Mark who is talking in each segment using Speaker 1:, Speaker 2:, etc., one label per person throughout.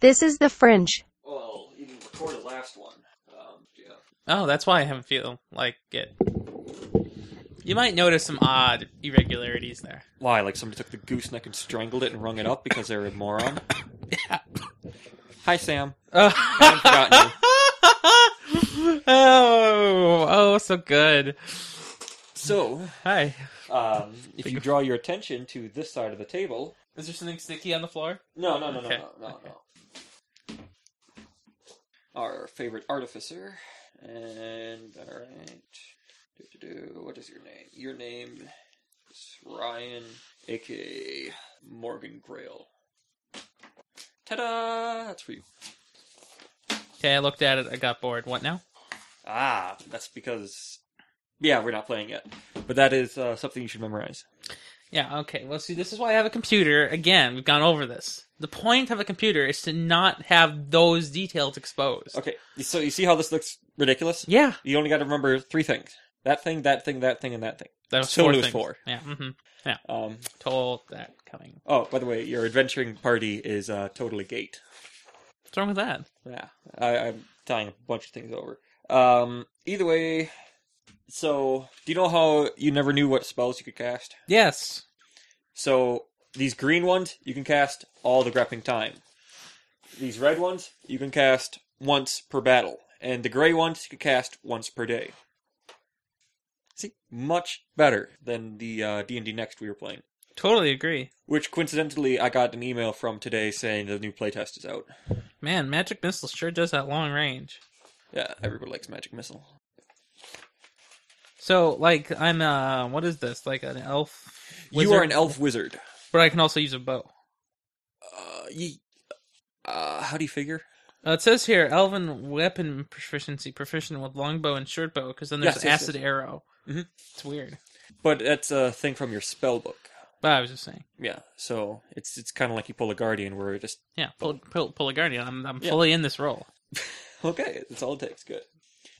Speaker 1: This is the fringe.
Speaker 2: Well, you recorded last one. Um, yeah.
Speaker 3: Oh, that's why I haven't feel like it. You might notice some odd irregularities there.
Speaker 2: Why? Like somebody took the gooseneck and strangled it and rung it up because they're a moron? Hi, Sam.
Speaker 3: I
Speaker 2: forgotten
Speaker 3: oh, oh, so good.
Speaker 2: So,
Speaker 3: Hi.
Speaker 2: um, if you draw your attention to this side of the table.
Speaker 3: Is there something sticky on the floor?
Speaker 2: No, no, no, no,
Speaker 3: Okay.
Speaker 2: no, no, no. Our favorite artificer. And, alright. Do-do-do. What is your name? Your name is Ryan, aka Morgan Grail. Ta da! That's for you.
Speaker 3: Okay, I looked at it. I got bored. What now?
Speaker 2: Ah, that's because yeah, we're not playing yet. But that is uh, something you should memorize.
Speaker 3: Yeah, okay. Well, see, this is why I have a computer. Again, we've gone over this. The point of a computer is to not have those details exposed.
Speaker 2: Okay, so you see how this looks ridiculous?
Speaker 3: Yeah.
Speaker 2: You only got to remember three things: that thing, that thing, that thing, and that thing.
Speaker 3: That was
Speaker 2: So
Speaker 3: four
Speaker 2: it was
Speaker 3: things.
Speaker 2: four.
Speaker 3: Yeah, mm-hmm.
Speaker 2: Um,
Speaker 3: Told that coming.
Speaker 2: oh, by the way, your adventuring party is uh, totally gate.
Speaker 3: What's wrong with that?
Speaker 2: Yeah, I, I'm tying a bunch of things over. Um, either way, so do you know how you never knew what spells you could cast?
Speaker 3: Yes.
Speaker 2: So these green ones you can cast all the grappling time. These red ones you can cast once per battle, and the gray ones you can cast once per day. See, much better than the uh, D&D Next we were playing,
Speaker 3: Totally agree.
Speaker 2: which coincidentally I got an email from today saying the new playtest is out.
Speaker 3: Man, Magic Missile sure does that long range.
Speaker 2: Yeah, everybody likes Magic Missile.
Speaker 3: So, like, I'm, uh, what is this? Like an elf?
Speaker 2: You
Speaker 3: wizard?
Speaker 2: are an elf wizard.
Speaker 3: But I can also use a bow.
Speaker 2: Uh, ye- uh, how do you figure?
Speaker 3: Uh, it says here, Elven weapon proficiency, proficient with longbow and shortbow, because then there's
Speaker 2: Yes, yes,
Speaker 3: acid arrow.
Speaker 2: Mhm.
Speaker 3: It's weird.
Speaker 2: But that's a thing from your spell book.
Speaker 3: But I was just saying.
Speaker 2: Yeah, so it's it's kind of like you pull a guardian where it just
Speaker 3: Yeah, pull, pull, pull a guardian. I'm, I'm
Speaker 2: Yeah.
Speaker 3: fully in this role.
Speaker 2: Okay, that's all it takes. Good.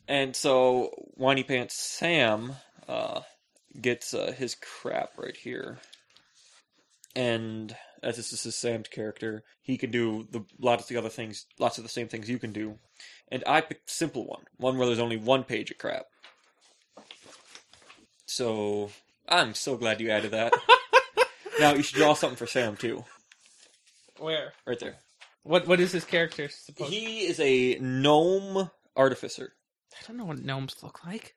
Speaker 2: And so, Whiny Pants Sam uh, gets uh, his crap right here. And as this is his Sam's character, he can do the lots of the other things, lots of the same things you can do. And I picked a simple one, one where there's only one page of crap. So I'm so glad you added that. now you should draw something for Sam too,
Speaker 3: Where?
Speaker 2: right there.
Speaker 3: What What is his character supposed
Speaker 2: He is a gnome artificer.
Speaker 3: I don't know what gnomes look like.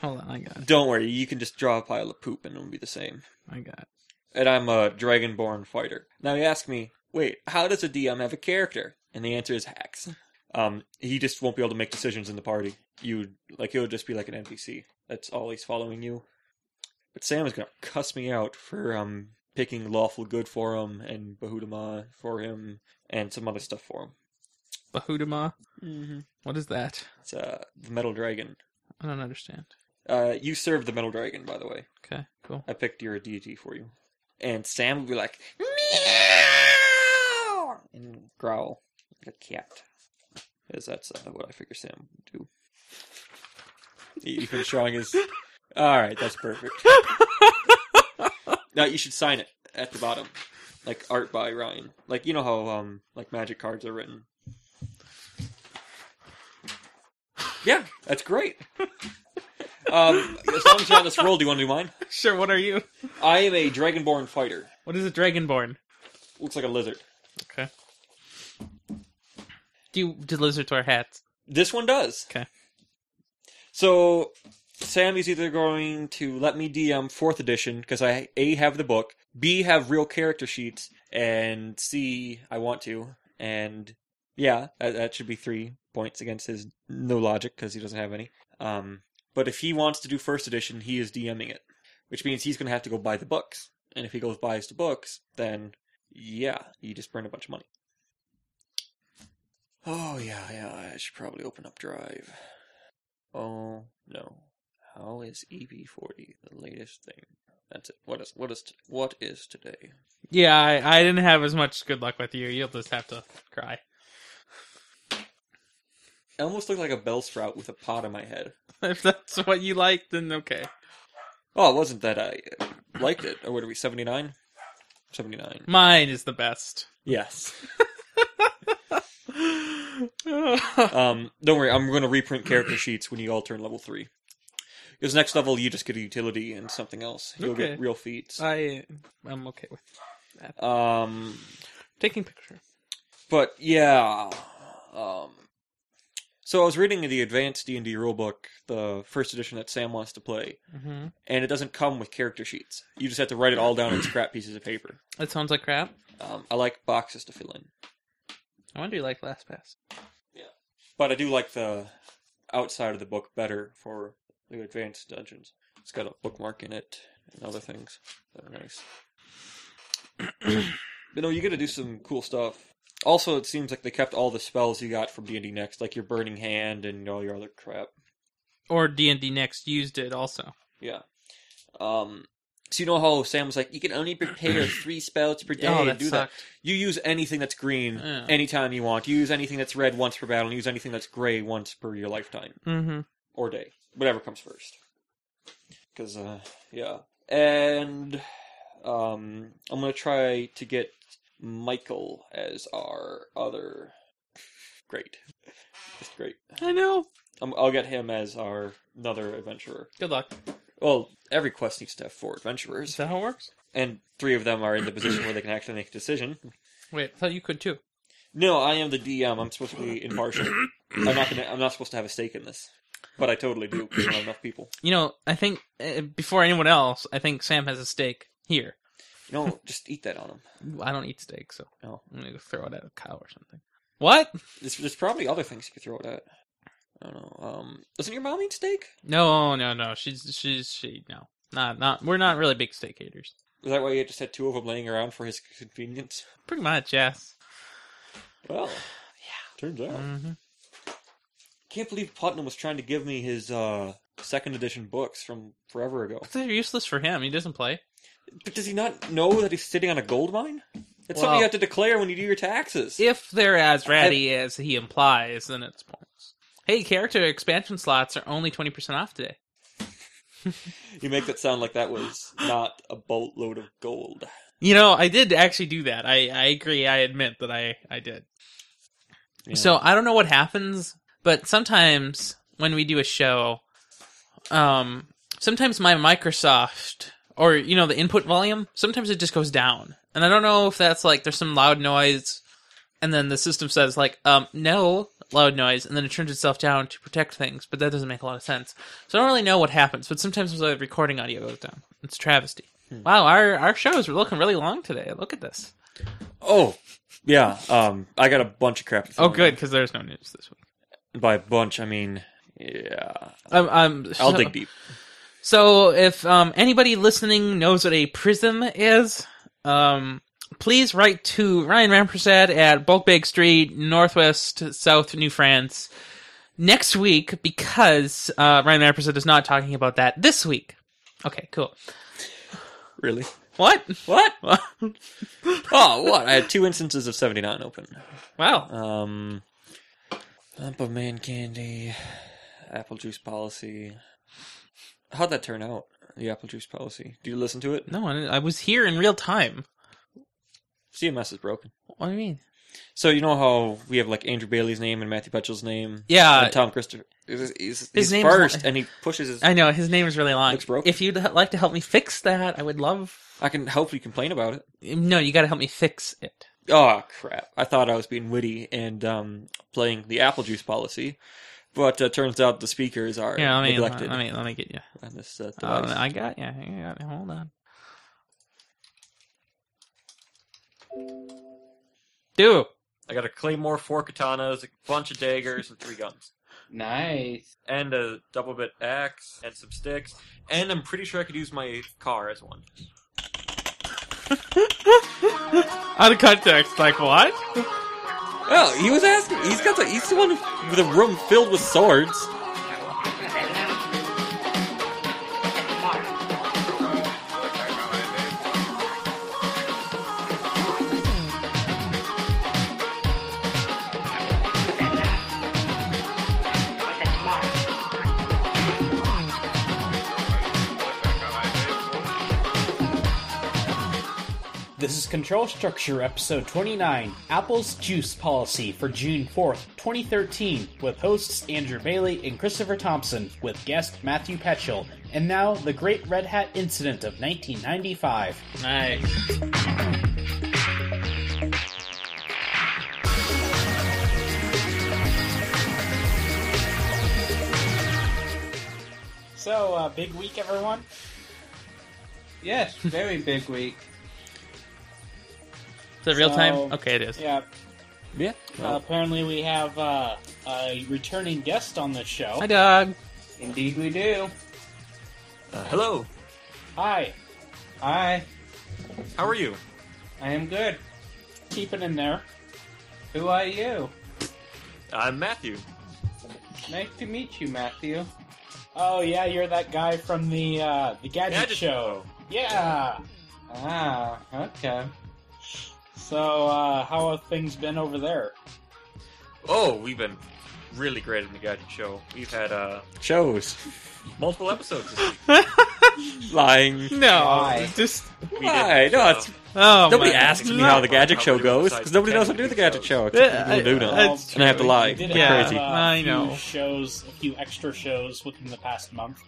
Speaker 3: Hold on, I got it.
Speaker 2: Don't worry, you can just draw a pile of poop and it'll be the same.
Speaker 3: I got it.
Speaker 2: And I'm a dragonborn fighter. Now you ask me, wait, how does a DM have a character? And the answer is hacks. Um, he just won't be able to make decisions in the party. You like he'll just be like an NPC. That's all he's following you. But Sam is gonna cuss me out for um picking lawful good for him and Bahudama for him and some other stuff for him.
Speaker 3: Bahudama.
Speaker 2: Mm-hmm.
Speaker 3: What is that?
Speaker 2: It's uh the metal dragon.
Speaker 3: I don't understand.
Speaker 2: Uh, you serve the metal dragon, by the way.
Speaker 3: Okay, cool.
Speaker 2: I picked your deity for you. And Sam would be like, meow, and growl like a cat. Because that's uh, what I figure Sam would do. You can showing his. All right, that's perfect. now you should sign it at the bottom, like art by Ryan. Like you know how um like magic cards are written. Yeah, that's great. um, as long as you're on this roll, do you want to do mine?
Speaker 3: Sure, what are you?
Speaker 2: I am a dragonborn fighter.
Speaker 3: What is a dragonborn?
Speaker 2: Looks like a lizard.
Speaker 3: Okay. Do, you, do lizards wear hats?
Speaker 2: This one does.
Speaker 3: Okay.
Speaker 2: So Sam is either going to let me DM fourth edition because I a have the book, b have real character sheets, and c I want to, and yeah, that, that should be three points against his no logic because he doesn't have any. Um, but if he wants to do first edition, he is DMing it, which means he's going to have to go buy the books, and if he goes buys the books, then yeah, you just burn a bunch of money. Oh yeah, yeah, I should probably open up Drive. Oh no. How is EB40 the latest thing? That's it. What is what is t- what is today?
Speaker 3: Yeah, I, I didn't have as much good luck with you. You'll just have to cry.
Speaker 2: I almost look like a bell sprout with a pot on my head.
Speaker 3: If that's what you like, then okay.
Speaker 2: Oh, it wasn't that I liked it. Or what are we? Seventy nine. Seventy nine.
Speaker 3: Mine is the best.
Speaker 2: Yes. Um, don't worry, I'm going to reprint character sheets when you all turn level three. Because next level, you just get a utility and something else. You'll
Speaker 3: Okay.
Speaker 2: get real feats.
Speaker 3: I I'm okay with that.
Speaker 2: Um,
Speaker 3: Taking picture.
Speaker 2: but yeah, um, so I was reading the advanced D and D rulebook, the first edition that Sam wants to play,
Speaker 3: Mm-hmm.
Speaker 2: and it doesn't come with character sheets. You just have to write it all down on scrap pieces of paper.
Speaker 3: That sounds like crap.
Speaker 2: Um, I like boxes to fill in,
Speaker 3: I wonder you like LastPass.
Speaker 2: but I do like the outside of the book better for the advanced dungeons. It's got a bookmark in it and other things that are nice. you know, you got to do some cool stuff. Also, it seems like they kept all the spells you got from D and D Next, like your Burning Hand and all your other crap.
Speaker 3: Or D and D Next used it also.
Speaker 2: Yeah. Um. So you know how Sam was like, you can only prepare three spells per day.
Speaker 3: oh,
Speaker 2: and
Speaker 3: that
Speaker 2: do that.
Speaker 3: sucked.
Speaker 2: You use anything that's green
Speaker 3: Yeah.
Speaker 2: anytime you want. You use anything that's red once per battle. And use anything that's gray once per your lifetime
Speaker 3: Mm-hmm.
Speaker 2: or day, whatever comes first. Because uh, yeah, and um, I'm gonna try to get Michael as our other great, just great.
Speaker 3: I know.
Speaker 2: i I'll get him as our another adventurer.
Speaker 3: Good luck.
Speaker 2: Well, every quest needs to have four adventurers,
Speaker 3: Is that how it works?
Speaker 2: and three of them are in the position where they can actually make a decision.
Speaker 3: Wait, I thought you could too.
Speaker 2: No, I am the DM. I'm supposed to be impartial. I'm not gonna. I'm not supposed to have a stake in this, but I totally do. 'cause I don't have enough people.
Speaker 3: You know, I think uh, before anyone else, I think Sam has a steak here.
Speaker 2: You know, just eat that on him.
Speaker 3: I don't eat steak, so
Speaker 2: Oh.
Speaker 3: I'm gonna go throw it at a cow or something. What?
Speaker 2: There's, there's probably other things you could throw it at. I don't know. Um, doesn't your mom eat steak?
Speaker 3: No, no, no. She's she's she no. Not not. We're not really big steak haters.
Speaker 2: Is that why you just had two of them laying around for his convenience?
Speaker 3: Pretty much, yes.
Speaker 2: Well, Turns out.
Speaker 3: hmm
Speaker 2: Can't believe Putnam was trying to give me his uh, second edition books from forever ago.
Speaker 3: They're useless for him. He doesn't play.
Speaker 2: But does he not know that he's sitting on a gold mine? That's
Speaker 3: Well-
Speaker 2: something you have to declare when you do your taxes.
Speaker 3: If they're as ratty as he implies, then it's points. Hey, character expansion slots are only twenty percent off today.
Speaker 2: You make that sound like that was not a boatload of gold.
Speaker 3: You know, I did actually do that. I, I agree. I admit that I, I did.
Speaker 2: Yeah.
Speaker 3: So I don't know what happens, but sometimes when we do a show, um, sometimes my Microsoft or you know the input volume, sometimes it just goes down, and I don't know if that's like there's some loud noise, and then the system says like um no loud noise, and then it turns itself down to protect things, but that doesn't make a lot of sense. So I don't really know what happens, but sometimes the recording audio goes down. It's a travesty. Wow, our our shows are looking really long today. Look at this.
Speaker 2: Oh, yeah. Um, I got a bunch of crap. to throw
Speaker 3: Oh,
Speaker 2: in.
Speaker 3: good because there's no news this week.
Speaker 2: By a bunch, I mean, yeah.
Speaker 3: Um, um,
Speaker 2: I'll
Speaker 3: so-
Speaker 2: dig deep.
Speaker 3: So, if um, anybody listening knows what a prism is, um, please write to Ryan Rampersad at Bulk Bag Street, Northwest, South New France next week because uh, Ryan Rampersad is not talking about that this week. Okay, cool.
Speaker 2: Really?
Speaker 3: What?
Speaker 2: What?
Speaker 3: wow.
Speaker 2: Oh, what? I had two instances of 79 open. Um, lump of man candy, apple juice policy. How'd that turn out? The apple juice policy. Do you listen to it?
Speaker 3: No, I I was here in real time.
Speaker 2: CMS is broken.
Speaker 3: What do you mean?
Speaker 2: So you know how we have like Andrew Bailey's name and Matthew Petchell's name
Speaker 3: Yeah,
Speaker 2: and Tom Christopher. He's, he's,
Speaker 3: His
Speaker 2: heis
Speaker 3: name's
Speaker 2: first,
Speaker 3: not-
Speaker 2: and he pushes his. I,
Speaker 3: I know his name is really long.
Speaker 2: Looks broken.
Speaker 3: If you'd h- like to help me fix that, I would love.
Speaker 2: can hopefully complain about it.
Speaker 3: No, you got to help me fix it.
Speaker 2: Oh crap! I thought I was being witty and um, playing the apple juice policy, but uh, turns out the speakers are
Speaker 3: Yeah, let me, let
Speaker 2: neglected
Speaker 3: me let me get you.
Speaker 2: on this uh,
Speaker 3: Oh,
Speaker 2: device.
Speaker 3: I got you. I got you. Hold on. Dude,
Speaker 2: I got a claymore, four katanas, a bunch of daggers, and three guns,
Speaker 1: Nice.
Speaker 2: and a double bit axe, and some sticks, and I'm pretty sure I could use my car as one.
Speaker 3: out of context, like what?
Speaker 2: Oh, he was asking. He's got the. He's the one with a room filled with swords.
Speaker 1: This is Control Structure, Episode 29 Apple's Juice Policy for June 4th, 2013, with hosts Andrew Bailey and Christopher Thompson, with guest Matthew Petchel, and now the Great Red Hat Incident of 1995.
Speaker 3: Nice.
Speaker 1: So, uh, big week, everyone.
Speaker 4: Yes, very big week.
Speaker 3: Is that real time?
Speaker 1: So-
Speaker 3: Okay, it is.
Speaker 1: Yeah,
Speaker 2: Yeah.
Speaker 1: uh, apparently we have uh, a returning guest on the show.
Speaker 3: Hi, Doug.
Speaker 4: Indeed, we do.
Speaker 2: Uh, hello.
Speaker 1: Hi,
Speaker 4: Hi,
Speaker 2: How are you?
Speaker 4: I am good.
Speaker 1: keep it in there.
Speaker 4: Who are you?
Speaker 2: I'm Matthew.
Speaker 4: Nice to meet you, Matthew.
Speaker 1: Oh yeah, you're that guy from the uh, the gadget,
Speaker 2: Gadget
Speaker 1: show. Yeah.
Speaker 4: Ah, okay.
Speaker 1: So uh, how have things been over there?
Speaker 5: Oh, we've been really great in the Gadget Show. We've had uh,
Speaker 2: Shows.
Speaker 5: multiple episodes this week.
Speaker 2: Lying.
Speaker 3: No,
Speaker 4: Why?
Speaker 3: just
Speaker 5: We
Speaker 2: Why? No, it's,
Speaker 3: oh,
Speaker 2: nobody
Speaker 3: my-
Speaker 2: asks me
Speaker 3: No.
Speaker 2: how the gadget show
Speaker 5: How we do
Speaker 2: goes
Speaker 5: besides
Speaker 2: because nobody knows how to do the
Speaker 5: technically
Speaker 2: gadget show
Speaker 3: Yeah,
Speaker 2: except
Speaker 3: I-
Speaker 2: people who do
Speaker 3: I-
Speaker 2: know.
Speaker 3: That's
Speaker 2: And I have to
Speaker 1: true.
Speaker 2: lie.
Speaker 1: You did
Speaker 3: Yeah.
Speaker 1: have,
Speaker 2: Crazy.
Speaker 1: uh,
Speaker 3: I
Speaker 1: few
Speaker 3: know.
Speaker 1: Shows, a few extra shows within the past month.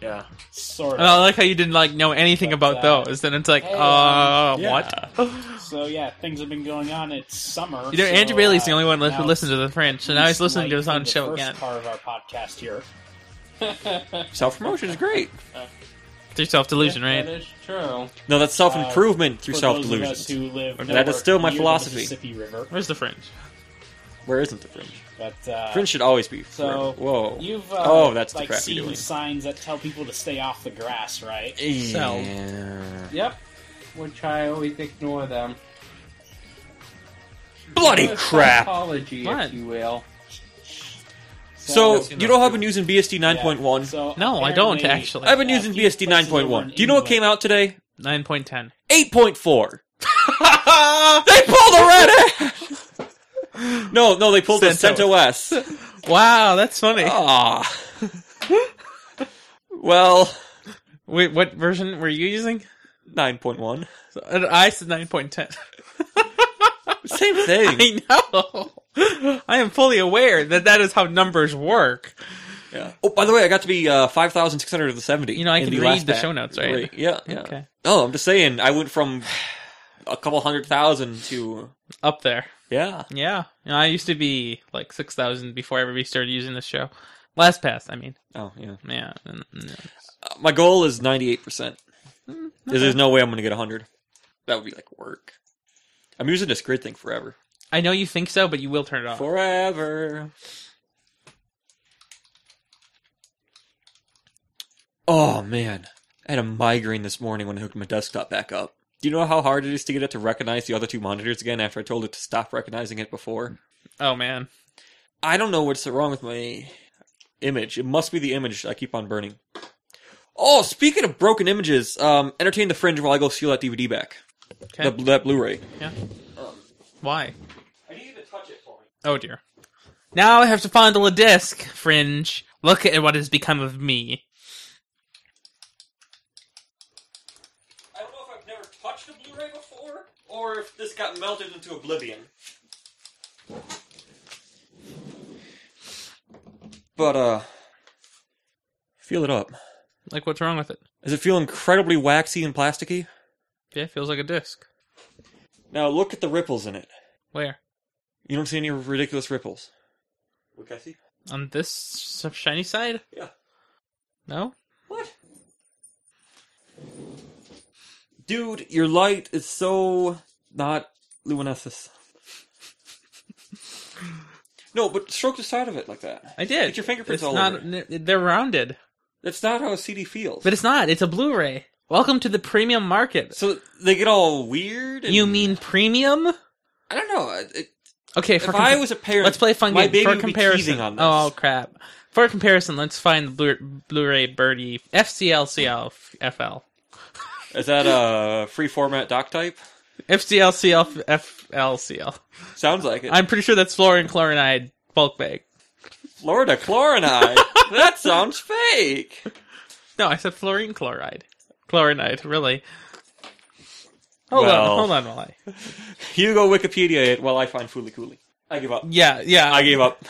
Speaker 5: Yeah,
Speaker 1: Sort of.
Speaker 3: And I like how you didn't like know anything
Speaker 1: But,
Speaker 3: about
Speaker 1: uh,
Speaker 3: those. Then it's like,
Speaker 1: hey,
Speaker 3: uh,
Speaker 1: um,
Speaker 2: yeah. Oh.
Speaker 3: what?
Speaker 1: so yeah, things have been going on. It's summer.
Speaker 3: You know,
Speaker 1: so,
Speaker 3: Andrew Bailey's
Speaker 1: uh,
Speaker 3: the only one li-
Speaker 1: now
Speaker 3: who listens to the French, so now he's listening to his
Speaker 1: Like,
Speaker 3: own
Speaker 1: the
Speaker 3: show
Speaker 1: first
Speaker 3: again.
Speaker 1: Part of our podcast here.
Speaker 2: Self promotion is great.
Speaker 3: Through self delusion,
Speaker 4: Yeah,
Speaker 3: right?
Speaker 4: That is true.
Speaker 2: No, that's self improvement through
Speaker 1: For
Speaker 2: self
Speaker 1: those of us
Speaker 2: delusions.
Speaker 1: who live
Speaker 2: That
Speaker 1: nowhere
Speaker 2: is still my
Speaker 1: near the
Speaker 2: philosophy.
Speaker 1: Mississippi River,
Speaker 3: Where's the French?
Speaker 2: Where isn't the fringe?
Speaker 1: but uh,
Speaker 2: Fringe should always be. forever.
Speaker 1: So,
Speaker 2: whoa.
Speaker 1: You've uh,
Speaker 2: Oh, that's the
Speaker 1: like
Speaker 2: crap
Speaker 1: seen
Speaker 2: you're doing.
Speaker 1: signs that tell people to stay off the grass, right?
Speaker 3: So-
Speaker 2: Yeah.
Speaker 4: Yep. Which I always ignore them.
Speaker 2: Bloody
Speaker 4: A
Speaker 2: crap!
Speaker 4: Apology,
Speaker 3: What?
Speaker 4: if you will.
Speaker 2: So
Speaker 5: That's
Speaker 2: you know how I've been
Speaker 5: enough.
Speaker 2: using BSD 9.1?
Speaker 1: So
Speaker 3: No, I don't
Speaker 1: apparently-
Speaker 3: actually.
Speaker 2: I've been
Speaker 1: Yeah,
Speaker 2: using
Speaker 1: a few
Speaker 2: BSD
Speaker 1: places over
Speaker 2: 9.1.
Speaker 1: in
Speaker 2: Do you know what came
Speaker 1: England-
Speaker 2: out today?
Speaker 3: 9.10.
Speaker 2: 8.4. They pulled a red ass. No, no, they pulled the CentOS.
Speaker 3: Wow, that's funny.
Speaker 1: Oh.
Speaker 2: Ah. Well,
Speaker 3: Wait, what version were you using?
Speaker 2: 9.1.
Speaker 3: So- I said 9.10.
Speaker 2: Same thing.
Speaker 3: I know. I am fully aware that that is how numbers work.
Speaker 2: Yeah. Oh, by the way, I got to be uh, 5,600 of the 70.
Speaker 3: You know, I
Speaker 2: in
Speaker 3: can
Speaker 2: the
Speaker 3: read
Speaker 2: last
Speaker 3: the
Speaker 2: pack.
Speaker 3: show notes, right?
Speaker 2: Yeah, yeah.
Speaker 3: Okay.
Speaker 2: No, I'm just saying, I went from a couple hundred thousand to.
Speaker 3: Up there.
Speaker 2: Yeah.
Speaker 3: Yeah. You know, I used to be like 6,000 before everybody started using this show. Last pass, I mean.
Speaker 2: Oh, yeah.
Speaker 3: Yeah. n- n-
Speaker 2: Uh, my goal is 98%.
Speaker 3: mm,
Speaker 2: There's- There's
Speaker 3: okay.
Speaker 2: no way I'm going to get 100. That would be like work. I'm using this grid thing forever.
Speaker 3: I know you think so, but you will turn it off.
Speaker 2: Forever. Oh man, I had a migraine this morning when I hooked my desktop back up. Do you know how hard it is to get it to recognize the other two monitors again after I told it to stop recognizing it before?
Speaker 3: Oh, man.
Speaker 2: I don't know what's wrong with my image. It must be the image I keep on burning. Oh, speaking of broken images, um, entertain the fringe while I go steal that DVD back.
Speaker 3: Okay.
Speaker 2: That, that Blu-ray.
Speaker 3: Why?
Speaker 2: I need you to touch it for me.
Speaker 3: Oh, dear. Now I have to fondle a disc, Fringe. Look at what has become of me.
Speaker 2: I don't know if I've never touched a Blu-ray before, or if this got melted into oblivion. But uh, feel it up.
Speaker 3: Like, what's wrong with it?
Speaker 2: Does it feel incredibly waxy and plasticky?
Speaker 3: Yeah, it feels like a disc.
Speaker 2: Now look at the ripples in it.
Speaker 3: Where?
Speaker 2: You don't see any ridiculous ripples. Look, I see.
Speaker 3: On this s- shiny side?
Speaker 2: Yeah.
Speaker 3: No?
Speaker 2: What? Dude, your light is so not luminescent. no, but stroke the side of it like that.
Speaker 3: I did.
Speaker 2: Get your fingerprints
Speaker 3: it's
Speaker 2: all
Speaker 3: not,
Speaker 2: over
Speaker 3: n- They're rounded.
Speaker 2: That's not how a CD feels.
Speaker 3: But it's not. It's a Blu-ray. Welcome to the premium market.
Speaker 2: so hmm. they get all weird. And,
Speaker 3: You mean premium?
Speaker 2: I don't know. It, it-
Speaker 3: Okay,
Speaker 2: if
Speaker 3: for
Speaker 2: I
Speaker 3: compa-
Speaker 2: was a parent,
Speaker 3: let's play a fun
Speaker 2: my
Speaker 3: game
Speaker 2: baby
Speaker 3: for
Speaker 2: would be
Speaker 3: comparison.
Speaker 2: teething on this.
Speaker 3: Oh crap! For comparison, let's find the Blu- Blu-ray Birdie FCLCL FL
Speaker 2: is that a free format doc type?
Speaker 3: FCLCL FLCL.
Speaker 2: Sounds like it.
Speaker 3: I'm pretty sure that's fluorine chloride bulk bag.
Speaker 2: Florida chlorinide. that sounds fake.
Speaker 3: No, I said fluorine chloride. Chlorinide, really. Hold
Speaker 2: Well.
Speaker 3: on, hold on, while I.
Speaker 2: You go Wikipedia it while I find Fooly Cooley. I give up.
Speaker 3: Yeah, yeah.
Speaker 2: I gave up.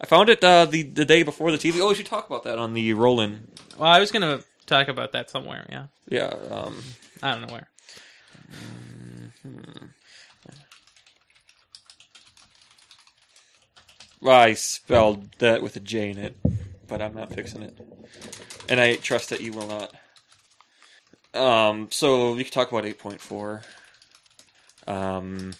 Speaker 2: I found it uh, the the day before the TV. Oh, we should talk about that on the Roland.
Speaker 3: well, I was gonna talk about that somewhere. Yeah,
Speaker 2: Yeah. Um,
Speaker 3: I don't know where.
Speaker 2: I spelled that with a J in it, but I'm not fixing it, and I trust that you will not. Um, so we can talk about eight point four. Um,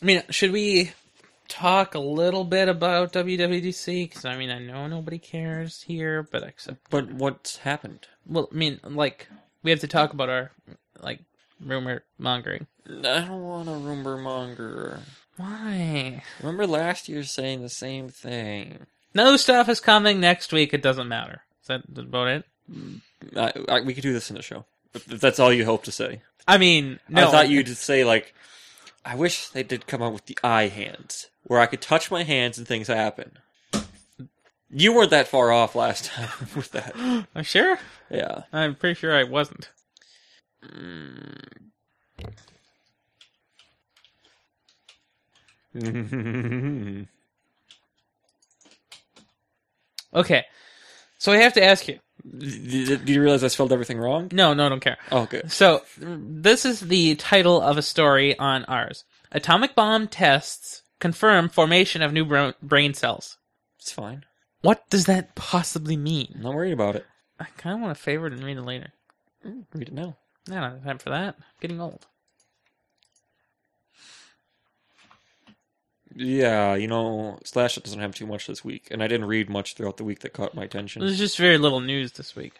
Speaker 3: I mean, should we talk a little bit about WWDC? Because I mean, I know nobody cares here, but except
Speaker 2: but what's happened?
Speaker 3: well, I mean, like we have to talk about our like rumor mongering.
Speaker 2: I don't want a rumor monger.
Speaker 3: Why?
Speaker 2: Remember last year saying the same thing.
Speaker 3: No stuff is coming next week. It doesn't matter. Is that about it?
Speaker 2: I, I, we could do this in the show. If if that's all you hope to say.
Speaker 3: I mean, no.
Speaker 2: I thought you'd say like, I wish they did come out with the eye hands, where I could touch my hands and things happen. You weren't that far off last time with that.
Speaker 3: I'm Oh, sure.
Speaker 2: Yeah.
Speaker 3: I'm pretty sure I wasn't. Okay, so I have to ask you.
Speaker 2: do you realize I spelled everything wrong?
Speaker 3: No, no, I don't care.
Speaker 2: Oh, good.
Speaker 3: So, this is the title of a story on ours. Atomic bomb tests confirm formation of new bro- brain cells.
Speaker 2: It's fine.
Speaker 3: What does that possibly mean?
Speaker 2: I'm not worried about it.
Speaker 3: I kind of want to favorite and read it later.
Speaker 2: Read it now.
Speaker 3: I don't have time for that. I'm getting old.
Speaker 2: Yeah, you know, Slash doesn't have too much this week, and I didn't read much throughout the week that caught my attention.
Speaker 3: There's just very little news this week.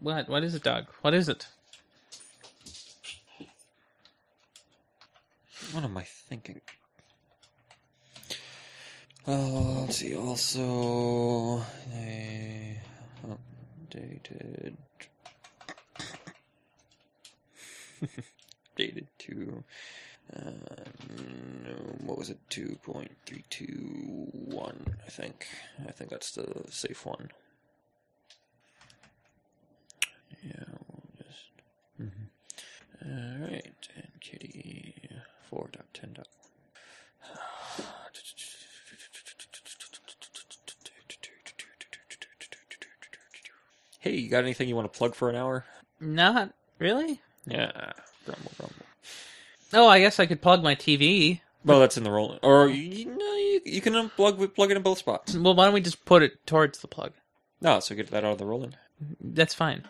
Speaker 3: What? What is it, Doug? What is it?
Speaker 2: What am I thinking? Oh, let's see. Also, they updated. Dated to, um, what was it? Two point three two one, I think. I think that's the safe one. Yeah, we'll just all right, and kitty E, four dot ten dot. Hey, you got anything you want to plug for an hour?
Speaker 3: Not really.
Speaker 2: Yeah, grumble, grumble.
Speaker 3: Oh, I guess I could plug my TV.
Speaker 2: Well, that's in the roll, or you, no, you, you can unplug, plug it in both spots.
Speaker 3: Well, why don't we just put it towards the plug?
Speaker 2: No, so get that out of the rolling.
Speaker 3: That's fine.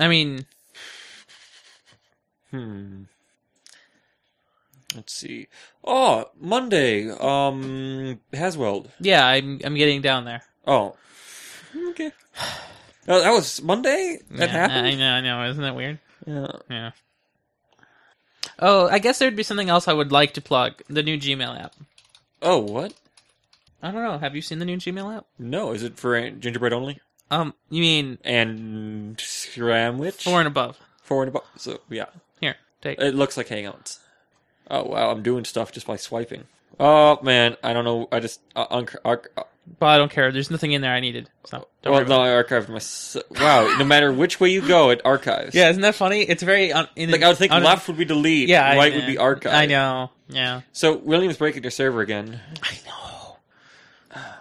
Speaker 3: I mean,
Speaker 2: Hmm. Let's see. Oh, Monday. Um, Hasweld.
Speaker 3: yeah, I'm I'm getting down there.
Speaker 2: Oh. Okay. Uh, that was Monday? That
Speaker 3: yeah,
Speaker 2: happened?
Speaker 3: I know, I know. Isn't that weird?
Speaker 2: Yeah.
Speaker 3: Yeah. Oh, I guess there'd be something else I would like to plug. The new Gmail app.
Speaker 2: Oh, what?
Speaker 3: I don't know. Have you seen the new Gmail app?
Speaker 2: No, is it for uh, gingerbread only?
Speaker 3: Um, you mean
Speaker 2: And sandwich?
Speaker 3: four and above?
Speaker 2: Four and above. So, yeah.
Speaker 3: Here, take.
Speaker 2: It looks like Hangouts. Oh, wow. I'm doing stuff just by swiping. Oh, man. I don't know. I just. Uh, unc arc- uh,
Speaker 3: But I don't care. There's nothing in there I needed. It's not, don't
Speaker 2: well,
Speaker 3: worry about
Speaker 2: no, I archived my. s- Wow. no matter which way you go, it archives.
Speaker 3: it. Yeah, isn't that funny? It's very un- in,
Speaker 2: Like, I would think
Speaker 3: un-
Speaker 2: left would be delete,
Speaker 3: Yeah, I-
Speaker 2: right would be archive.
Speaker 3: I know. Yeah.
Speaker 2: So, William's breaking their server again.
Speaker 3: I know.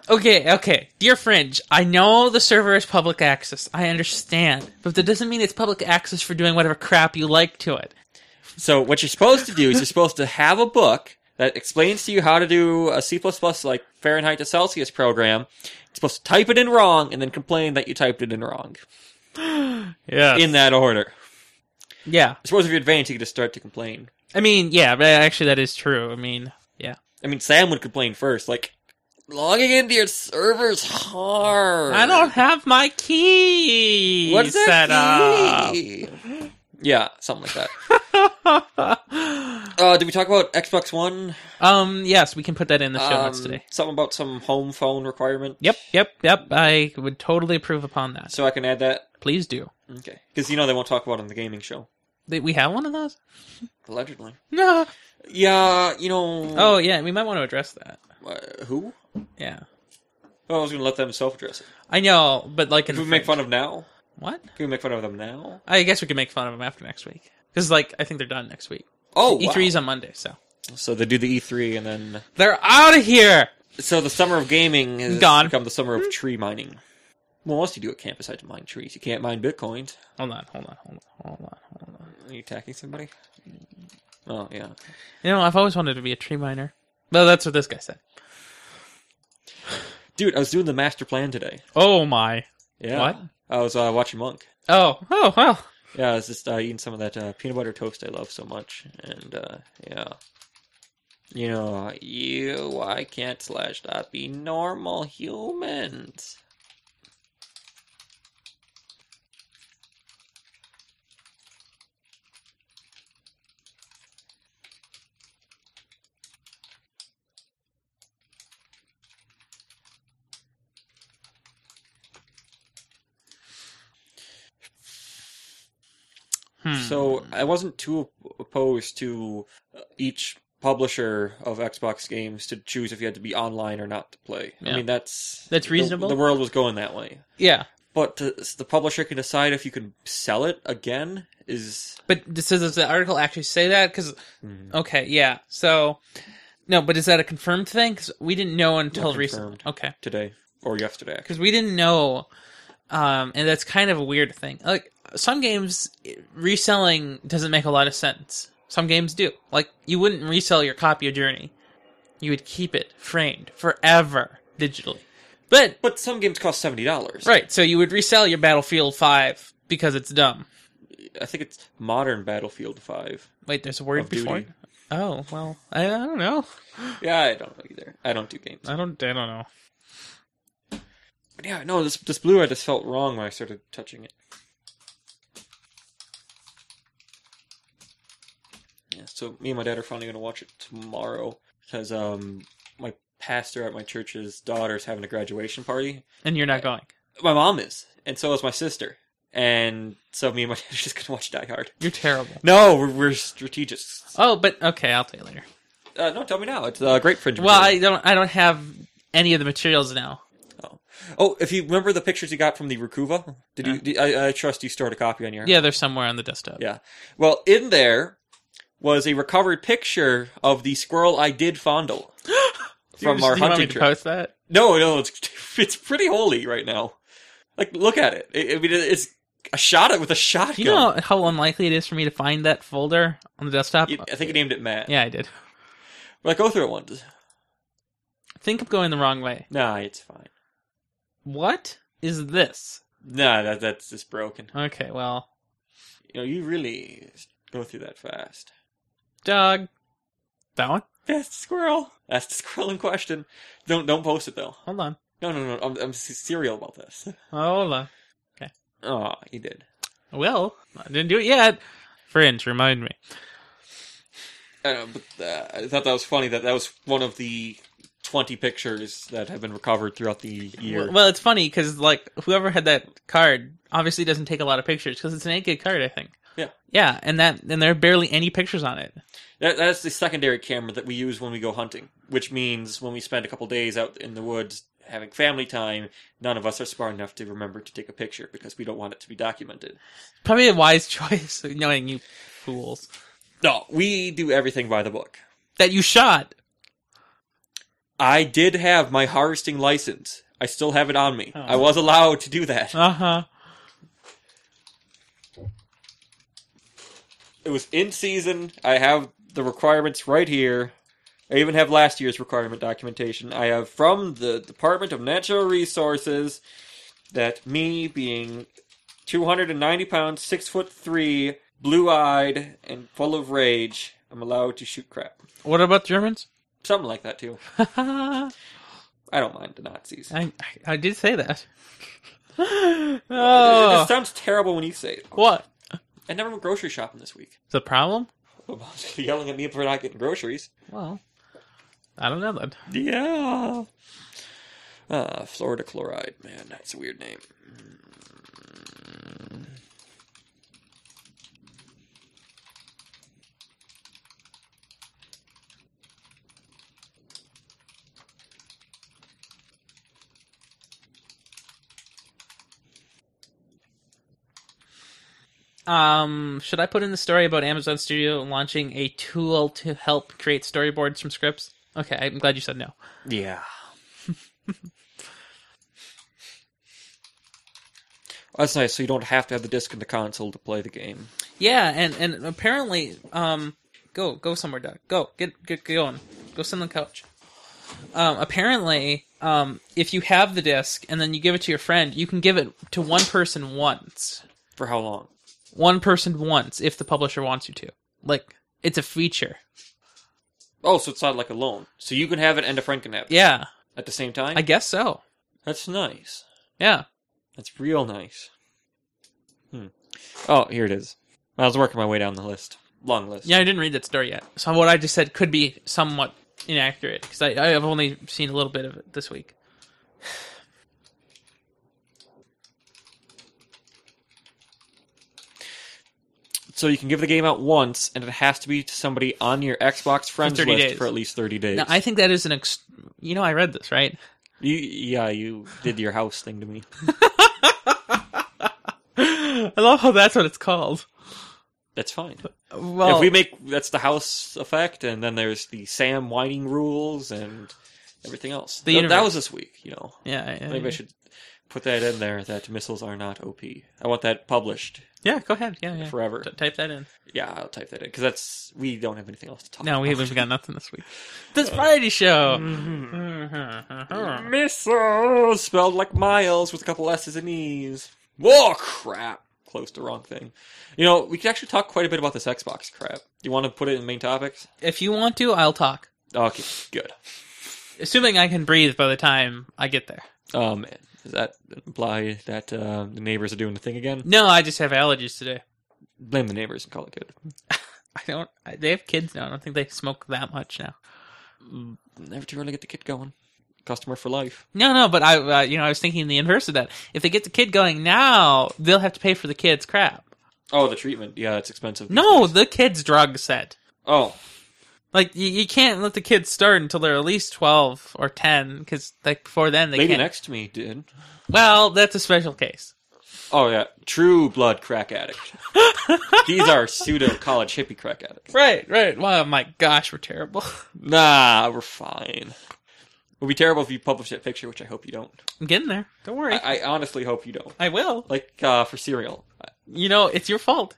Speaker 3: Okay, okay. Dear Fringe, I know the server is public access. I understand. But that doesn't mean it's public access for doing whatever crap you like to it.
Speaker 2: So what you're supposed to do is you're supposed to have a book that explains to you how to do a C++ like Fahrenheit to Celsius program. You're supposed to type it in wrong and then complain that you typed it in wrong
Speaker 3: Yeah.
Speaker 2: in that order.
Speaker 3: yeah.
Speaker 2: I suppose if you're advanced, you could just start to complain.
Speaker 3: I mean, yeah, but actually that is true. I mean, yeah.
Speaker 2: I mean, Sam would complain first, like logging into your server's hard.
Speaker 3: I don't have my key
Speaker 2: What's
Speaker 3: set uh,
Speaker 2: that key? Yeah, something like that. Uh, did we talk about Xbox One?
Speaker 3: um. Yes, we can put that in the show notes
Speaker 2: Um,
Speaker 3: today.
Speaker 2: Something about some home phone requirement.
Speaker 3: Yep. Yep. Yep. I would totally approve upon that.
Speaker 2: So I can add that.
Speaker 3: Please do.
Speaker 2: Okay. Because you know they won't talk about it on the gaming show.
Speaker 3: They- We have one of those?
Speaker 2: Allegedly.
Speaker 3: No.
Speaker 2: Yeah, you know.
Speaker 3: Oh yeah, we might want to address that.
Speaker 2: Uh, who?
Speaker 3: Yeah.
Speaker 2: Oh, I was going to let them self address it.
Speaker 3: I know, but like, in
Speaker 2: Can we make fun of now?
Speaker 3: what?
Speaker 2: Can we make fun of them now?
Speaker 3: I guess we can make fun of them after next week because, like, I think they're done next week.
Speaker 2: Oh,
Speaker 3: E3 E is on Monday, so
Speaker 2: wow. So they do the E3 and then.
Speaker 3: they're out of here.
Speaker 2: So the summer of gaming has
Speaker 3: Gone.
Speaker 2: become the summer of tree mining. Well, what else do you do at camp besides mine trees? You can't mine bitcoins.
Speaker 3: Hold on, hold on, hold on, hold on, hold on.
Speaker 2: Are you attacking somebody? Oh, yeah.
Speaker 3: You know, I've always wanted to be a tree miner. Well, that's what this guy said.
Speaker 2: Dude, I was doing the master plan today.
Speaker 3: Oh my.
Speaker 2: Yeah.
Speaker 3: What?
Speaker 2: I was uh, watching Monk.
Speaker 3: Oh, oh, well.
Speaker 2: Yeah, I was just uh, eating some of that uh, peanut butter toast I love so much, and uh, yeah, you know, you I can't slash not be normal humans.
Speaker 3: Hmm.
Speaker 2: So I wasn't too op- opposed to uh, each publisher of Xbox games to choose if you had to be online or not to play. I
Speaker 3: Yeah.
Speaker 2: mean, that's
Speaker 3: That's
Speaker 2: the-
Speaker 3: reasonable.
Speaker 2: The, world was going that way,
Speaker 3: yeah,
Speaker 2: but to, the publisher can decide if you can sell it again. Is
Speaker 3: but does, does the article actually say that? Because
Speaker 2: Mm-hmm.
Speaker 3: okay, yeah. So no, but is that a confirmed thing? 'Cause we didn't know until recently.
Speaker 2: confirmed.
Speaker 3: Okay.
Speaker 2: today or yesterday? actually.
Speaker 3: because we didn't know um and that's kind of a weird thing like some games reselling doesn't make a lot of sense some games do like you wouldn't resell your copy of journey you would keep it framed forever digitally but
Speaker 2: But some games cost seventy dollars.
Speaker 3: right so you would resell your battlefield 5 because it's dumb
Speaker 2: I think it's modern Battlefield Five.
Speaker 3: wait there's a word
Speaker 2: Of
Speaker 3: before
Speaker 2: Duty.
Speaker 3: it? oh well I, I don't know
Speaker 2: Yeah, I don't know either. I don't do games.
Speaker 3: i don't i don't know
Speaker 2: But yeah, no, this this blue I just felt wrong when I started touching it. Yeah, so me and my dad are finally gonna watch it tomorrow because um my pastor at my church's daughter's having a graduation party.
Speaker 3: and you're not going
Speaker 2: My mom is, and so is my sister. And so me and my dad are just gonna watch Die Hard.
Speaker 3: you're terrible
Speaker 2: No, we're, we're strategists.
Speaker 3: oh but okay i'll tell you later
Speaker 2: Uh, no, tell me now. It's uh, great fringe.
Speaker 3: well
Speaker 2: material.
Speaker 3: i don't i don't have any of the materials now
Speaker 2: Oh, if you remember the pictures you got from the Rukuva, did you? Did, I, I trust you stored a copy on your.
Speaker 3: yeah they're somewhere on the desktop
Speaker 2: Yeah. Well, in there was a recovered picture of the squirrel I did fondle from our
Speaker 3: Do you- do you want
Speaker 2: hunting
Speaker 3: me to
Speaker 2: trip.
Speaker 3: post that?
Speaker 2: No, no, it's it's pretty holy right now. Like, look at it. I I mean, it's a shot at with a shotgun.
Speaker 3: Do you know how unlikely it is for me to find that folder on the desktop?
Speaker 2: You- I think you named it Matt.
Speaker 3: yeah, I did.
Speaker 2: Like, go through it once.
Speaker 3: I think I'm going the wrong way.
Speaker 2: Nah, it's fine.
Speaker 3: What is this?
Speaker 2: Nah, that that's just broken.
Speaker 3: Okay, well,
Speaker 2: You know, you really go through that fast.
Speaker 3: dog. That one?
Speaker 2: That's the squirrel. That's the squirrel in question. Don't don't post it though.
Speaker 3: Hold on.
Speaker 2: No, no, no. I'm, I'm serial about this.
Speaker 3: Hold on.
Speaker 2: Oh, you did.
Speaker 3: Well, I didn't do it yet. Fringe, remind me.
Speaker 2: I know, but uh, I thought that was funny that that was one of the 20 pictures that have been recovered throughout the year.
Speaker 3: Well, well, it's funny because, like, whoever had that card obviously doesn't take a lot of pictures because it's an 8 gig card, I think.
Speaker 2: Yeah.
Speaker 3: Yeah, and that and there are barely any pictures on it.
Speaker 2: That, that's the secondary camera that we use when we go hunting, which means when we spend a couple days out in the woods having family time, none of us are smart enough to remember to take a picture because we don't want it to be documented.
Speaker 3: Probably a wise choice, knowing you fools.
Speaker 2: No, we do everything by the book.
Speaker 3: That you shot.
Speaker 2: I did have my harvesting license. I still have it on me. I was allowed to do that.
Speaker 3: Uh Oh. huh.
Speaker 2: It was in season. I have the requirements right here. I even have last year's requirement documentation. I have from the Department of Natural Resources that me being 290 pounds, 6 foot 3, blue eyed, and full of rage, I'm allowed to shoot crap.
Speaker 3: What about Germans?
Speaker 2: Something like that, too.
Speaker 3: I,
Speaker 2: I don't mind the Nazis.
Speaker 3: I I did say that.
Speaker 2: It- It,
Speaker 3: oh,
Speaker 2: sounds terrible when you say it.
Speaker 3: what?
Speaker 2: I never went grocery shopping this week.
Speaker 3: The problem?
Speaker 2: My mom's gonna be yelling at me for not getting groceries.
Speaker 3: Well, I don't know then.
Speaker 2: Yeah. Uh, Florida chloride, man, that's a weird name.
Speaker 3: Um, should I put in the story about Amazon Studio launching a tool to help create storyboards from scripts? Okay, I'm glad you said no.
Speaker 2: Yeah. That's nice. So you don't have to have the disc in the console to play the game.
Speaker 3: Yeah, and and apparently, um, go go somewhere, Doug. Go get get, get going. Go sit on the couch. Um, apparently, um, if you have the disc and then you give it to your friend, you can give it to one person once.
Speaker 2: For how long?
Speaker 3: One person once, if the publisher wants you to. Like, it's a feature.
Speaker 2: Oh, so it's not like a loan. So you can have it and a friend can have it
Speaker 3: Yeah,
Speaker 2: at the same time.
Speaker 3: I guess so.
Speaker 2: That's nice.
Speaker 3: Yeah.
Speaker 2: That's real nice. Hmm. Oh, here it is. I was working my way down the list. Long list.
Speaker 3: Yeah, I didn't read that story yet. So what I just said could be somewhat inaccurate because I, I have only seen a little bit of it this week.
Speaker 2: So you can give the game out once, and it has to be to somebody on your Xbox friends
Speaker 3: 30
Speaker 2: list
Speaker 3: days.
Speaker 2: for at least thirty days.
Speaker 3: Now I think that is an ex. You know, I read this right.
Speaker 2: You, yeah, you did your house thing to me.
Speaker 3: I love how that's what it's called.
Speaker 2: That's fine.
Speaker 3: Well,
Speaker 2: if we make that's the house effect, and then there's the Sam whining rules and everything else.
Speaker 3: The
Speaker 2: Th- that
Speaker 3: universe.
Speaker 2: was this week, you know.
Speaker 3: yeah, yeah,
Speaker 2: Maybe
Speaker 3: yeah.
Speaker 2: I should put that in there that missiles are not OP. I want that published
Speaker 3: Yeah, go ahead. Yeah, yeah.
Speaker 2: forever.
Speaker 3: T- type that in.
Speaker 2: Yeah, I'll type that in because that's we don't have anything else to talk.
Speaker 3: No, we
Speaker 2: about.
Speaker 3: haven't got nothing this week. This
Speaker 2: Uh,
Speaker 3: variety show.
Speaker 2: Mhm. Mm-hmm. Missiles spelled like miles with a couple s's and e's. Whoa, crap! Close to wrong thing. You know, we could actually talk quite a bit about this Xbox crap. You want to put it in main topics?
Speaker 3: If you want to, I'll talk.
Speaker 2: Okay, good.
Speaker 3: Assuming I can breathe by the time I get there.
Speaker 2: Oh man, does that imply that uh, the neighbors are doing the thing again?
Speaker 3: No, I just have allergies today.
Speaker 2: Blame the neighbors and call it good.
Speaker 3: I don't. I, they have kids now. I don't think they smoke that much now.
Speaker 2: Never too early to get the kid going. Customer for life.
Speaker 3: No, no, but I, uh, you know, I was thinking the inverse of that. If they get the kid going now, they'll have to pay for the kid's crap.
Speaker 2: Oh, the treatment. Yeah, it's expensive. these
Speaker 3: No,
Speaker 2: days.
Speaker 3: the kid's drug set.
Speaker 2: Oh,
Speaker 3: Like you, you can't let the kids start until they're at least twelve or ten, because like before then they
Speaker 2: lady
Speaker 3: can't.
Speaker 2: next to me did.
Speaker 3: Well, that's a special case.
Speaker 2: Oh yeah, true blood crack addict. These are pseudo college hippie crack addicts.
Speaker 3: Right, right. Wow, my gosh, we're terrible.
Speaker 2: Nah, we're fine. It would be terrible if you publish that picture, which I hope you don't.
Speaker 3: I'm getting there. Don't worry. I,
Speaker 2: I, I honestly hope you don't.
Speaker 3: will.
Speaker 2: Like uh, for cereal,
Speaker 3: You know, it's your fault.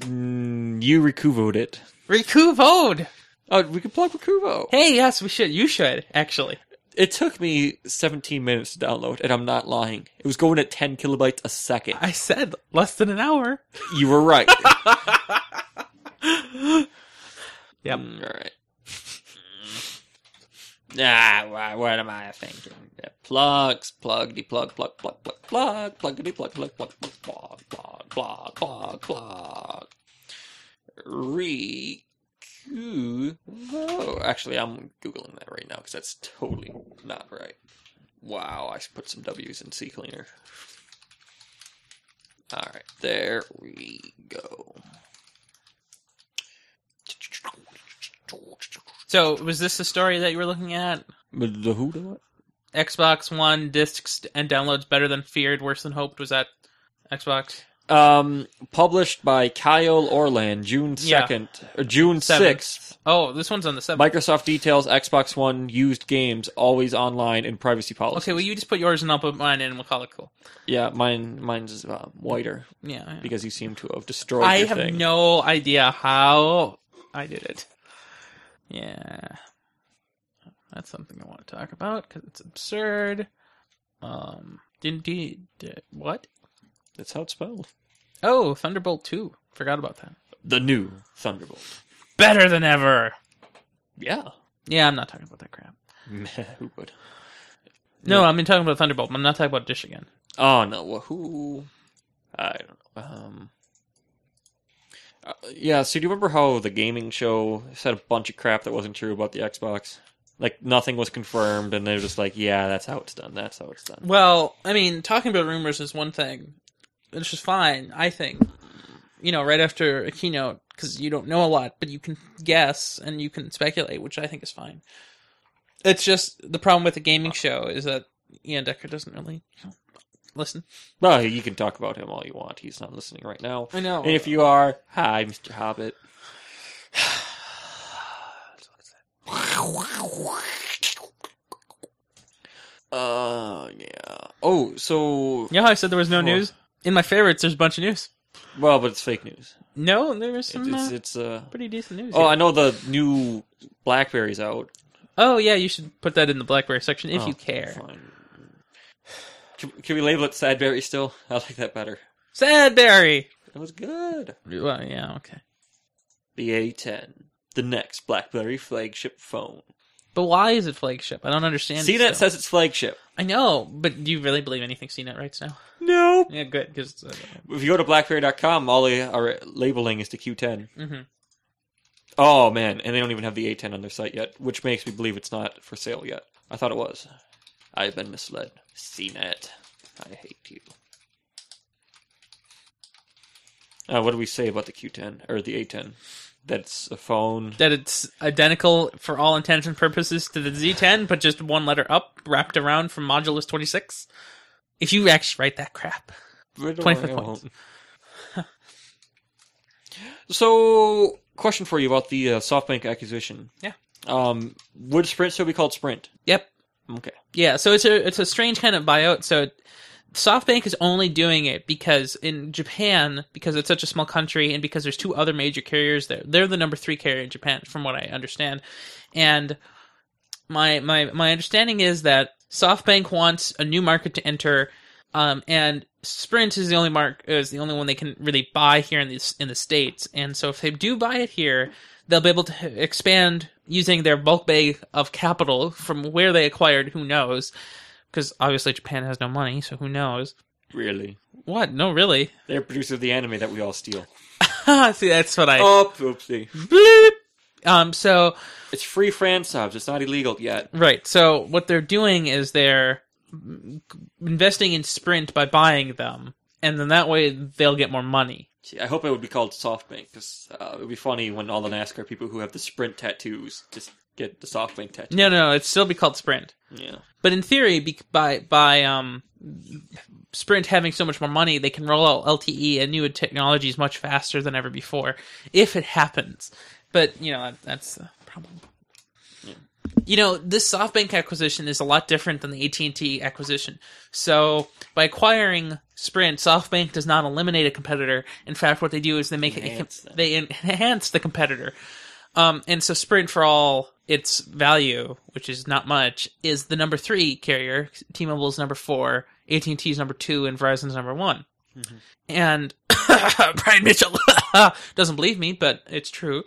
Speaker 2: mm, you recuvoed it.
Speaker 3: Recuvode.
Speaker 2: Oh, we could plug Recuvo.
Speaker 3: Hey, yes, we should. You should actually.
Speaker 2: It took me 17 minutes to download, and I'm not lying. It was going at 10 kilobytes a second.
Speaker 3: I said less than an hour.
Speaker 2: You were right.
Speaker 3: Yep.
Speaker 2: Mm, all right. Ah, wha- what am I thinking? Yeah, Plugs, pluggy, plug, plug, plug, plug, plug, pluggity, plug, plug, plug, plug, plug, plug, plug, plug, plug. Re. Oh, actually, I'm googling that right now because that's totally not right. Wow, I should put some W's in C cleaner. All right, there we go.
Speaker 3: So, was this the story that you were looking at?
Speaker 2: But the who do it?
Speaker 3: Xbox One discs and downloads better than feared, worse than hoped. Was that Xbox?
Speaker 2: Um, published by Kyle Orland, June
Speaker 3: Yeah.
Speaker 2: second or June
Speaker 3: Seventh.
Speaker 2: sixth.
Speaker 3: Oh, this one's on the seventh.
Speaker 2: Microsoft details Xbox One used games always online and privacy policy.
Speaker 3: Okay, well, you just put yours and I'll put mine in, and we'll call it cool.
Speaker 2: yeah, mine mine's uh, whiter
Speaker 3: Yeah. yeah.
Speaker 2: because you seem to have destroyed.
Speaker 3: I
Speaker 2: your
Speaker 3: have
Speaker 2: thing.
Speaker 3: no idea how I did it. Yeah, that's something I want to talk about because it's absurd. Um, didn't do did- what?
Speaker 2: That's how it's spelled.
Speaker 3: Oh, Thunderbolt two. Forgot about that.
Speaker 2: The new Thunderbolt.
Speaker 3: Better than ever.
Speaker 2: Yeah,
Speaker 3: Yeah, I'm not talking about that crap.
Speaker 2: who would?
Speaker 3: No, I'm talking about Thunderbolt. I'm not talking about Dish again.
Speaker 2: Oh no, well, who? I don't know. Um, Uh, yeah, so do you remember how the gaming show said a bunch of crap that wasn't true about the Xbox? Like nothing was confirmed, and they're just like, "Yeah, that's how it's done. That's how it's done."
Speaker 3: Well, I mean, talking about rumors is one thing, which is fine, I think. You know, right after a keynote, because you don't know a lot, but you can guess and you can speculate, which I think is fine. It's just the problem with the gaming show is that Ian Decker doesn't really you know, listen.
Speaker 2: Well, you can talk about him all you want. He's not listening right now.
Speaker 3: I know.
Speaker 2: And if you are, hi, Mr. Hobbit. Uh, yeah. Oh, so
Speaker 3: you know how I said there was no
Speaker 2: Well-
Speaker 3: news? In my favorites, there's a bunch of news.
Speaker 2: well, but it's fake news.
Speaker 3: No, there was
Speaker 2: It,
Speaker 3: some
Speaker 2: it's
Speaker 3: uh,
Speaker 2: it's uh.
Speaker 3: pretty decent news.
Speaker 2: Oh,
Speaker 3: here.
Speaker 2: I know the new Blackberry's out.
Speaker 3: oh, yeah, you should put that in the BlackBerry section if
Speaker 2: Oh,
Speaker 3: you care.
Speaker 2: Fine. Can, can we label it Sadberry still? I like that better.
Speaker 3: Sadberry!
Speaker 2: It was good.
Speaker 3: Well, yeah, okay.
Speaker 2: The A10, the next BlackBerry flagship phone.
Speaker 3: But why is it flagship? I don't understand. it
Speaker 2: CNET
Speaker 3: still.
Speaker 2: says it's flagship.
Speaker 3: I know, but do you really believe anything CNET writes now?
Speaker 2: No.
Speaker 3: Yeah, good because uh,
Speaker 2: If you go to BlackBerry.com, all they are uh, labeling is the Q10.
Speaker 3: mhm.
Speaker 2: Oh man, and they don't even have the A10 on their site yet, which makes me believe it's not for sale yet. I thought it was. I've been misled. CNET, I hate you. Uh, what do we say about the Q10 or the A10? That's a phone.
Speaker 3: that it's identical for all intents and purposes to the Z10, but just one letter up, wrapped around from modulus 26. If you actually write that crap, 25
Speaker 2: I
Speaker 3: points.
Speaker 2: won't. so, question for you about the uh, SoftBank acquisition.
Speaker 3: Yeah.
Speaker 2: Um, would Sprint still be called Sprint?
Speaker 3: yep,
Speaker 2: Okay.
Speaker 3: Yeah, so it's a it's a strange kind of buyout. So SoftBank is only doing it because in Japan, because it's such a small country, and because there's two other major carriers there. They're the number three carrier in Japan, from what I understand. And my my my understanding is that SoftBank wants a new market to enter, um, and Sprint is the only mark is the only one they can really buy here in the in the states. And so if they do buy it here, they'll be able to expand using their bulk bag of capital from where they acquired. Who knows? Because obviously Japan has no money, so who knows?
Speaker 2: Really?
Speaker 3: What? No, really?
Speaker 2: They're producer of the anime that we all steal.
Speaker 3: See, that's what I.
Speaker 2: Oh, oopsie.
Speaker 3: Bleep. Um. So
Speaker 2: It's free Fran subs. It's not illegal yet.
Speaker 3: right. So what they're doing is they're investing in Sprint by buying them, and then that way they'll get more money.
Speaker 2: See, I hope it would be called SoftBank because uh, it would be funny when all the NASCAR people who have the Sprint tattoos just get the SoftBank tattoo.
Speaker 3: No, no, it'd still be called Sprint.
Speaker 2: Yeah.
Speaker 3: But in theory, be- by by um, Sprint having so much more money, they can roll out LTE and new technologies much faster than ever before, if it happens. But you know that- that's the problem. You know this SoftBank acquisition is a lot different than the AT and T acquisition. So by acquiring Sprint, SoftBank does not eliminate a competitor. In fact, what they do is they make
Speaker 2: Enhance
Speaker 3: it,
Speaker 2: them.
Speaker 3: they enhance the competitor. Um, and so Sprint, for all its value, which is not much, is the number three carrier. T-Mobile is number four, AT and T is number two, and Verizon is number one. And Brian Mitchell doesn't believe me, but it's true.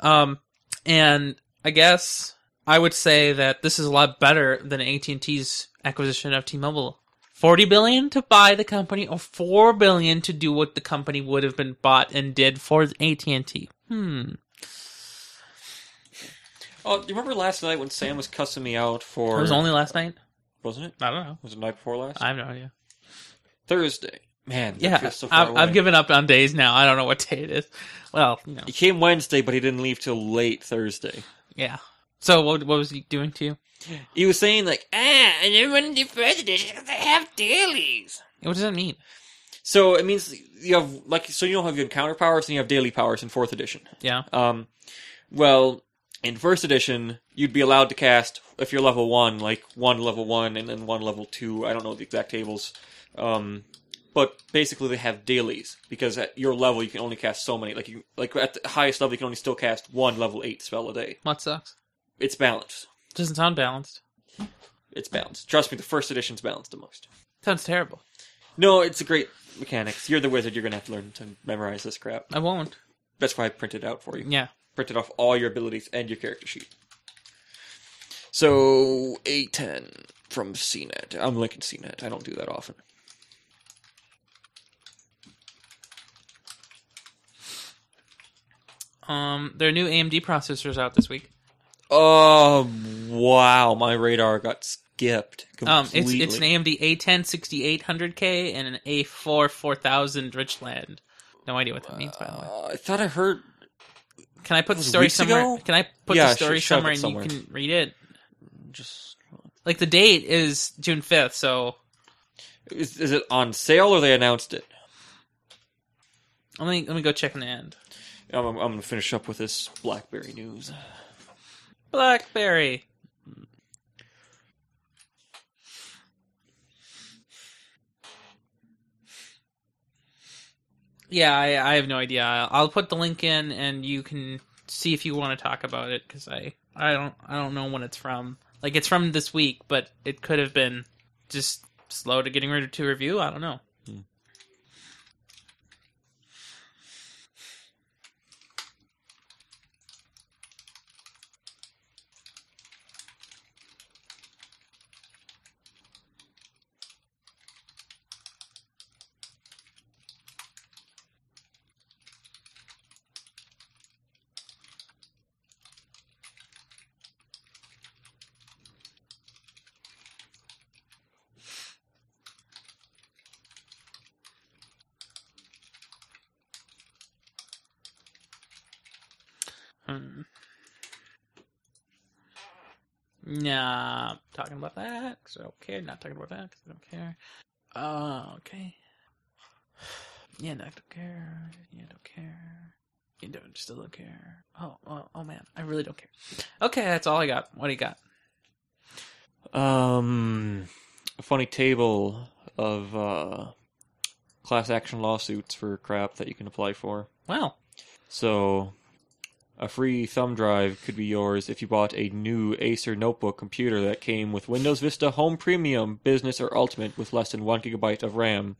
Speaker 3: Um, and I guess I would say that this is a lot better than AT and T's acquisition of T-Mobile. Forty billion to buy the company, or four billion to do what the company would have been bought and did for AT and T. Hmm.
Speaker 2: Oh, do you remember last night when Sam was cussing me out for?
Speaker 3: It was only last night.
Speaker 2: wasn't it?
Speaker 3: I don't know.
Speaker 2: Was it the night before last?
Speaker 3: I have no idea.
Speaker 2: Thursday. Man, that
Speaker 3: Yeah,
Speaker 2: feels so far
Speaker 3: I've, I've
Speaker 2: away.
Speaker 3: given up on days now. I don't know what day it is. Well, you know,
Speaker 2: He came Wednesday, but he didn't leave till late Thursday.
Speaker 3: yeah. So what what was he doing to you?
Speaker 2: He was saying like, ah, I never want to do first edition because I have dailies.
Speaker 3: What does that mean?
Speaker 2: So it means you have like so you don't have your encounter powers and you have daily powers in fourth edition.
Speaker 3: Yeah.
Speaker 2: Um, well, in first edition, you'd be allowed to cast if you're level one, like one level one and then one level two. I don't know the exact tables, um, but basically they have dailies because at your level you can only cast so many. Like you, like at the highest level you can only still cast one level eight spell a day.
Speaker 3: What sucks?
Speaker 2: It's balanced.
Speaker 3: Doesn't sound balanced.
Speaker 2: It's balanced. Trust me, the first edition's balanced the most.
Speaker 3: Sounds terrible.
Speaker 2: No, it's a great mechanics. You're the wizard. You're gonna have to learn to memorize this crap.
Speaker 3: I won't.
Speaker 2: That's why I printed it out for you.
Speaker 3: Yeah.
Speaker 2: printed off all your abilities and your character sheet. So A10 from CNET. I'm linking CNET. I don't do that often.
Speaker 3: Um, there are new AMD processors out this week.
Speaker 2: Oh wow, my radar got skipped
Speaker 3: Um,
Speaker 2: completely.
Speaker 3: it's it's an AMD A10 6800K and an A4 4000 Richland. No idea what that means, by the way.
Speaker 2: Uh, I thought I heard.
Speaker 3: Can I put the
Speaker 2: was
Speaker 3: story
Speaker 2: weeks
Speaker 3: somewhere?
Speaker 2: ago?
Speaker 3: Can I put
Speaker 2: Yeah,
Speaker 3: the
Speaker 2: sh-
Speaker 3: story
Speaker 2: shove
Speaker 3: somewhere
Speaker 2: it
Speaker 3: and
Speaker 2: somewhere.
Speaker 3: you can read it?
Speaker 2: Just
Speaker 3: Like the date is June 5th, so
Speaker 2: is, is it on sale or they announced it?
Speaker 3: let me let me go check in the end.
Speaker 2: I'm, I'm gonna finish up with this BlackBerry news.
Speaker 3: BlackBerry. Yeah, I, I have no idea. I'll I'll put the link in, and you can see if you want to talk about it because I, I don't I don't know when it's from. Like it's from this week, but it could have been just slow to getting ready to review. I don't know.
Speaker 2: Hmm.
Speaker 3: Hmm. Nah, I'm talking about that 'cause I don't care. Not talking about that 'cause I don't care. Uh, okay. Yeah, no, I don't care. Yeah, I don't care. You don't still don't care. Oh, oh, oh man, I really don't care. Okay, that's all I got. What do you got?
Speaker 2: Um, a funny table of uh, class action lawsuits for crap that you can apply for.
Speaker 3: Well,
Speaker 2: So, a free thumb drive could be yours if you bought a new Acer notebook computer that came with Windows Vista Home Premium, Business, or Ultimate with less than one gigabyte of RAM.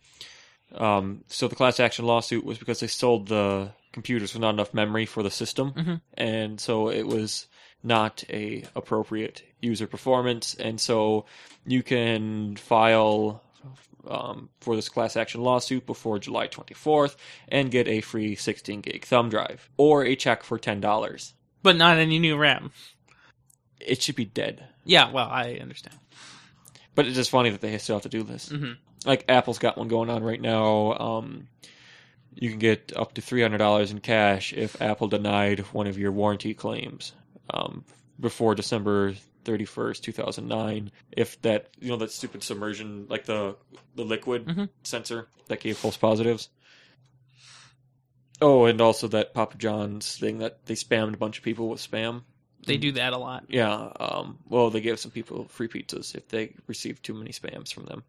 Speaker 2: Um, so the class action lawsuit was because they sold the computers with not enough memory for the system,
Speaker 3: Mhm.
Speaker 2: and so it was not a appropriate user performance, and so you can file um, for this class action lawsuit before July 24th and get a free 16 gig thumb drive or a check for $10.
Speaker 3: but not any new RAM.
Speaker 2: It should be dead.
Speaker 3: Yeah, well, I understand.
Speaker 2: But it's just funny that they still have to do this.
Speaker 3: hmm
Speaker 2: Like Apple's got one going on right now. Um, you can get up to $300 in cash if Apple denied one of your warranty claims um, before December 31st, 2009. If that, you know, that stupid submersion, like the the liquid
Speaker 3: Mhm.
Speaker 2: sensor that gave false positives. Oh, and also that Papa John's thing that they spammed a bunch of people with spam.
Speaker 3: They do that a lot.
Speaker 2: Yeah. Um, well, they gave some people free pizzas if they received too many spams from them.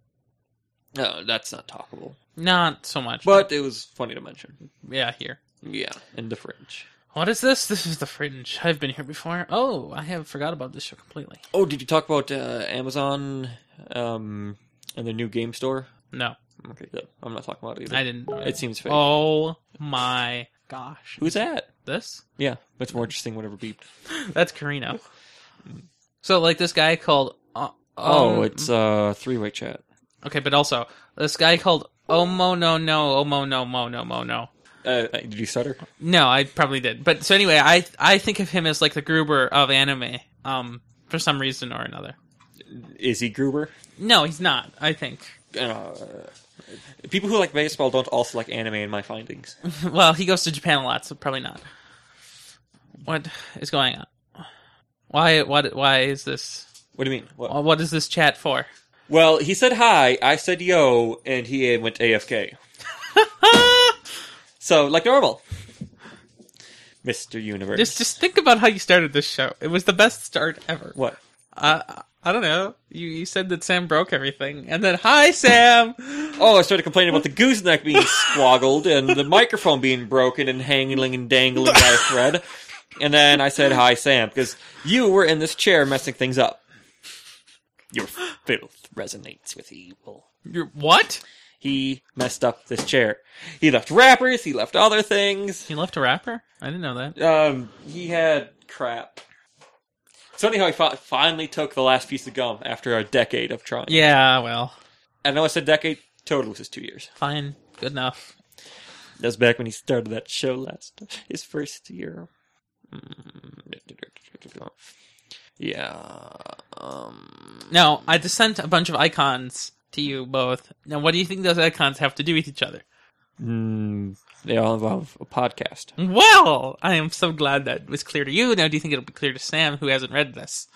Speaker 2: Uh, that's not talkable.
Speaker 3: Not so much.
Speaker 2: But it was funny to mention.
Speaker 3: yeah, here.
Speaker 2: Yeah, in the fringe.
Speaker 3: What is this? This is the fringe. I've been here before. Oh, I have forgot about this show completely.
Speaker 2: Oh, did you talk about uh, Amazon um, and their new game store?
Speaker 3: No,
Speaker 2: Okay, good. I'm not talking about it either.
Speaker 3: I didn't.
Speaker 2: It seems fake.
Speaker 3: Oh my gosh.
Speaker 2: Who's that?
Speaker 3: this?
Speaker 2: Yeah, it's more interesting. Whatever beeped.
Speaker 3: That's Carino. So like this guy called uh,
Speaker 2: Oh,
Speaker 3: um,
Speaker 2: it's uh, three-way chat.
Speaker 3: Okay, but also this guy called Omo no no Omo no mo no mo no.
Speaker 2: Uh, did you stutter?
Speaker 3: No, I probably did. But so anyway, I I think of him as like the Gruber of anime um for some reason or another.
Speaker 2: Is he Gruber?
Speaker 3: No, he's not, I think.
Speaker 2: Uh, people who like baseball don't also like anime. In my findings.
Speaker 3: well, he goes to Japan a lot, so probably not. What is going on? Why what why is this
Speaker 2: What do you mean? What?
Speaker 3: what is this chat for?
Speaker 2: Well, he said hi, I said yo, and he went AFK. so, like normal. Mr. Universe.
Speaker 3: Just just think about how you started this show. It was the best start ever.
Speaker 2: What?
Speaker 3: Uh, I don't know. You you said that Sam broke everything, and then hi Sam.
Speaker 2: Oh, I started complaining about the gooseneck being squoggled and the microphone being broken and hanging and dangling by a thread. And then I said hi, Sam, because you were in this chair messing things up. Your filth resonates with evil.
Speaker 3: You're what?
Speaker 2: He messed up this chair. He left wrappers, he left other things.
Speaker 3: He left a rapper. I didn't know that.
Speaker 2: Um, he had crap. It's funny how he fi- finally took the last piece of gum after a decade of trying.
Speaker 3: Yeah, well,
Speaker 2: I know I said decade. Total was just two years.
Speaker 3: fine, good enough.
Speaker 2: That was back when he started that show last his first year. Mm. Yeah. Um,
Speaker 3: Now, I just sent a bunch of icons to you both. Now, what do you think those icons have to do with each other?
Speaker 2: mm, they all involve a podcast.
Speaker 3: Well, I am so glad that was clear to you. Now, do you think it'll be clear to Sam, who hasn't read this?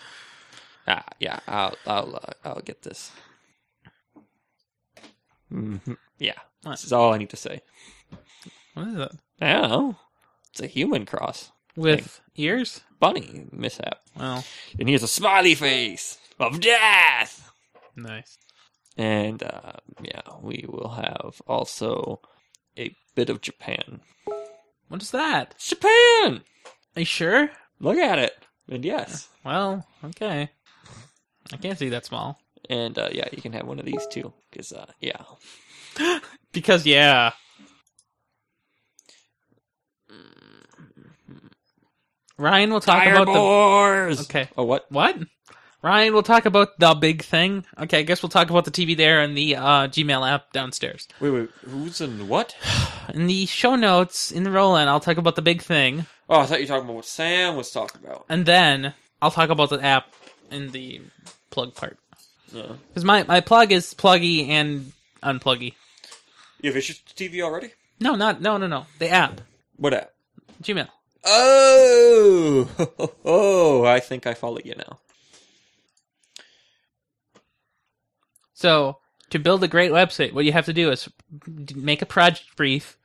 Speaker 2: Ah, yeah. I'll I'll uh, I'll get this. hmm Yeah.
Speaker 3: What?
Speaker 2: This is all I need to say.
Speaker 3: What is it?
Speaker 2: I don't know. It's a human cross
Speaker 3: With ears?
Speaker 2: bunny mishap,
Speaker 3: Well,
Speaker 2: and he has a smiley face of death.
Speaker 3: nice.
Speaker 2: And uh, yeah, we will have also a bit of Japan.
Speaker 3: What is that?
Speaker 2: Japan!
Speaker 3: Are you sure?
Speaker 2: Look at it. And yes.
Speaker 3: Well, okay. I can't see that small.
Speaker 2: And uh, yeah, you can have one of these too. Because, uh, yeah.
Speaker 3: Because, yeah. Ryan will talk
Speaker 2: Fire
Speaker 3: about the.
Speaker 2: Boars!
Speaker 3: Okay.
Speaker 2: Oh, what?
Speaker 3: What? Ryan, we'll talk about the big thing. Okay, I guess we'll talk about the TV there and the uh, Gmail app downstairs.
Speaker 2: Wait, wait. Who's in what?
Speaker 3: In the show notes, in the roll in, I'll talk about the big thing,
Speaker 2: Oh, I thought you were talking about what Sam was talking about.
Speaker 3: and then I'll talk about the app in the plug part.
Speaker 2: Yeah.
Speaker 3: Because my, my plug is pluggy and unpluggy.
Speaker 2: You have issues to TV already?
Speaker 3: No, not, no, no, no. The app,
Speaker 2: What app?
Speaker 3: Gmail.
Speaker 2: Oh! Oh, I think I follow you now.
Speaker 3: So, to build a great website, what you have to do is d- make a project brief,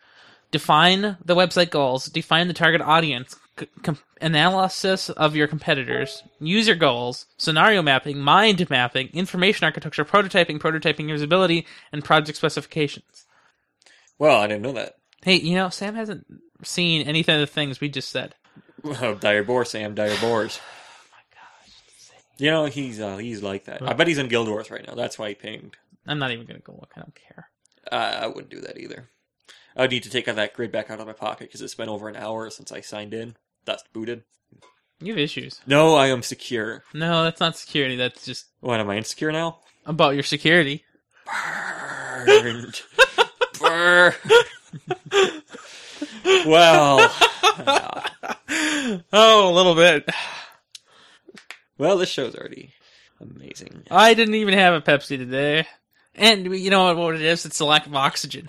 Speaker 3: define the website goals, define the target audience, c- com- analysis of your competitors, user goals, scenario mapping, mind mapping, information architecture, prototyping, prototyping usability, and project specifications.
Speaker 2: Well, I didn't know that.
Speaker 3: Hey, you know, Sam hasn't seen any of the things we just said.
Speaker 2: Oh, dire boar, Sam. Dire boars. You know he's uh, he's like that. I bet he's in Guild Wars right now. That's why he pinged.
Speaker 3: I'm not even going to go look. I don't care.
Speaker 2: Uh, I wouldn't do that either. I would need to take out that grid back out of my pocket because it's been over an hour since I signed in. That's booted.
Speaker 3: You have issues.
Speaker 2: No, I am secure.
Speaker 3: No, that's not security. That's just
Speaker 2: What am I insecure now?
Speaker 3: about your security.
Speaker 2: Burned. Burned. well,
Speaker 3: Oh, a little bit.
Speaker 2: well, this show's already amazing.
Speaker 3: I didn't even have a Pepsi today. And you know what, what it is? It's the lack of oxygen.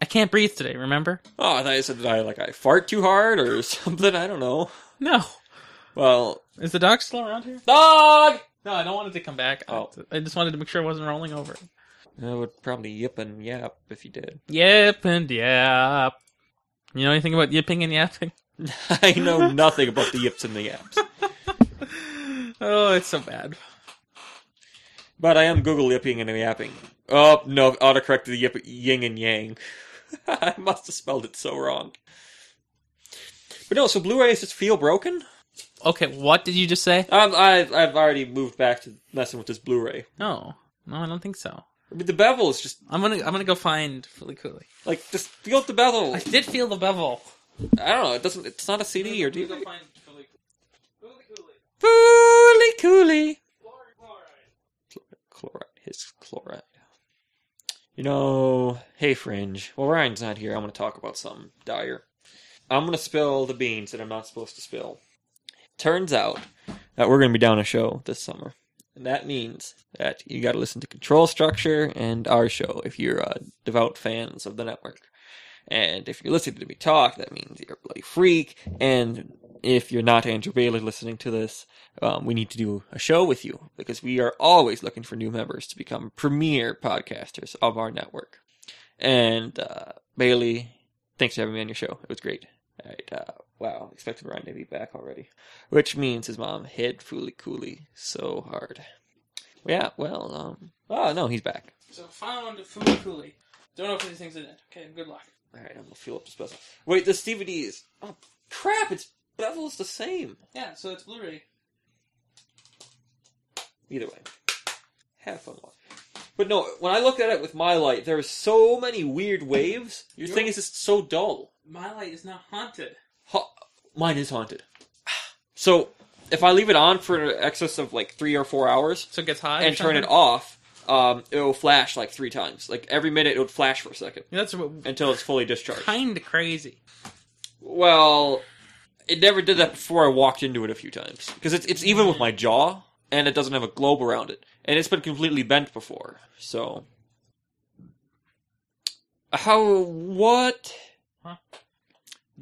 Speaker 3: I can't breathe today, remember?
Speaker 2: Oh, I thought you said that I like I fart too hard or something. I don't know.
Speaker 3: No.
Speaker 2: Well,
Speaker 3: Is the dog still around here?
Speaker 2: dog.
Speaker 3: No, I don't want it to come back.
Speaker 2: Oh.
Speaker 3: I just wanted to make sure it wasn't rolling over.
Speaker 2: I would probably yip and yap if you did.
Speaker 3: Yep and yap. You know anything about yipping and yapping?
Speaker 2: I know nothing about the yips and the yaps,
Speaker 3: Oh, it's so bad.
Speaker 2: but I am Google yipping and yapping. Oh no, autocorrected the yip yin and yang. I must have spelled it so wrong. But no, so Blu-rays just feel broken.
Speaker 3: Okay, what did you just say?
Speaker 2: Um, I, I've already moved back to messing with this Blu-ray.
Speaker 3: No. No, I don't think so.
Speaker 2: I mean, the bevel is just
Speaker 3: I'm gonna I'm gonna go find Fully Cooley.
Speaker 2: like just feel the bevel.
Speaker 3: I
Speaker 2: I
Speaker 3: did feel the bevel.
Speaker 2: don't know. It doesn't. It's not a CD or DVD.
Speaker 3: find Fully Cooley.
Speaker 2: Fooly cooly. Chloride. His chloride. You know, hey, Fringe. Well, Ryan's not here. I'm going to talk about something dire. I'm going to spill the beans that I'm not supposed to spill. Turns out that we're going to be down a show this summer. And that means that you got to listen to Control Structure and our show if you're uh, devout fans of the network. And if you're listening to me talk, that means you're a bloody freak. And if you're not Andrew Bailey listening to this, um, we need to do a show with you because we are always looking for new members to become premier podcasters of our network. And uh, Bailey, thanks for having me on your show. It was great. All right, uh, wow, expected Ryan to be back already, which means his mom hit Fooly Cooley so hard. Yeah, well, um, oh no, he's back.
Speaker 3: So found Fooly Cooley. Don't know if these things in it. Okay, good luck.
Speaker 2: All right, I'm gonna fill up this bezel. Wait, this DVD is oh crap! Its bevel's the same.
Speaker 3: Yeah, so it's Blu-ray.
Speaker 2: Either way, have fun. with it. But no, when I look at it with my light, there are so many weird waves. Your thing is just so dull.
Speaker 3: My light is not haunted.
Speaker 2: Ha- Mine is haunted. So if I leave it on for an excess of like three or four hours
Speaker 3: So it gets high.
Speaker 2: and turn it off, um, it will flash like three times. Like every minute, it would flash for a second
Speaker 3: That's
Speaker 2: until it's fully discharged.
Speaker 3: kind of crazy.
Speaker 2: Well, it never did that before. I walked into it a few times because it's it's even with my jaw, and it doesn't have a globe around it, and it's been completely bent before. So, how what?
Speaker 3: Huh?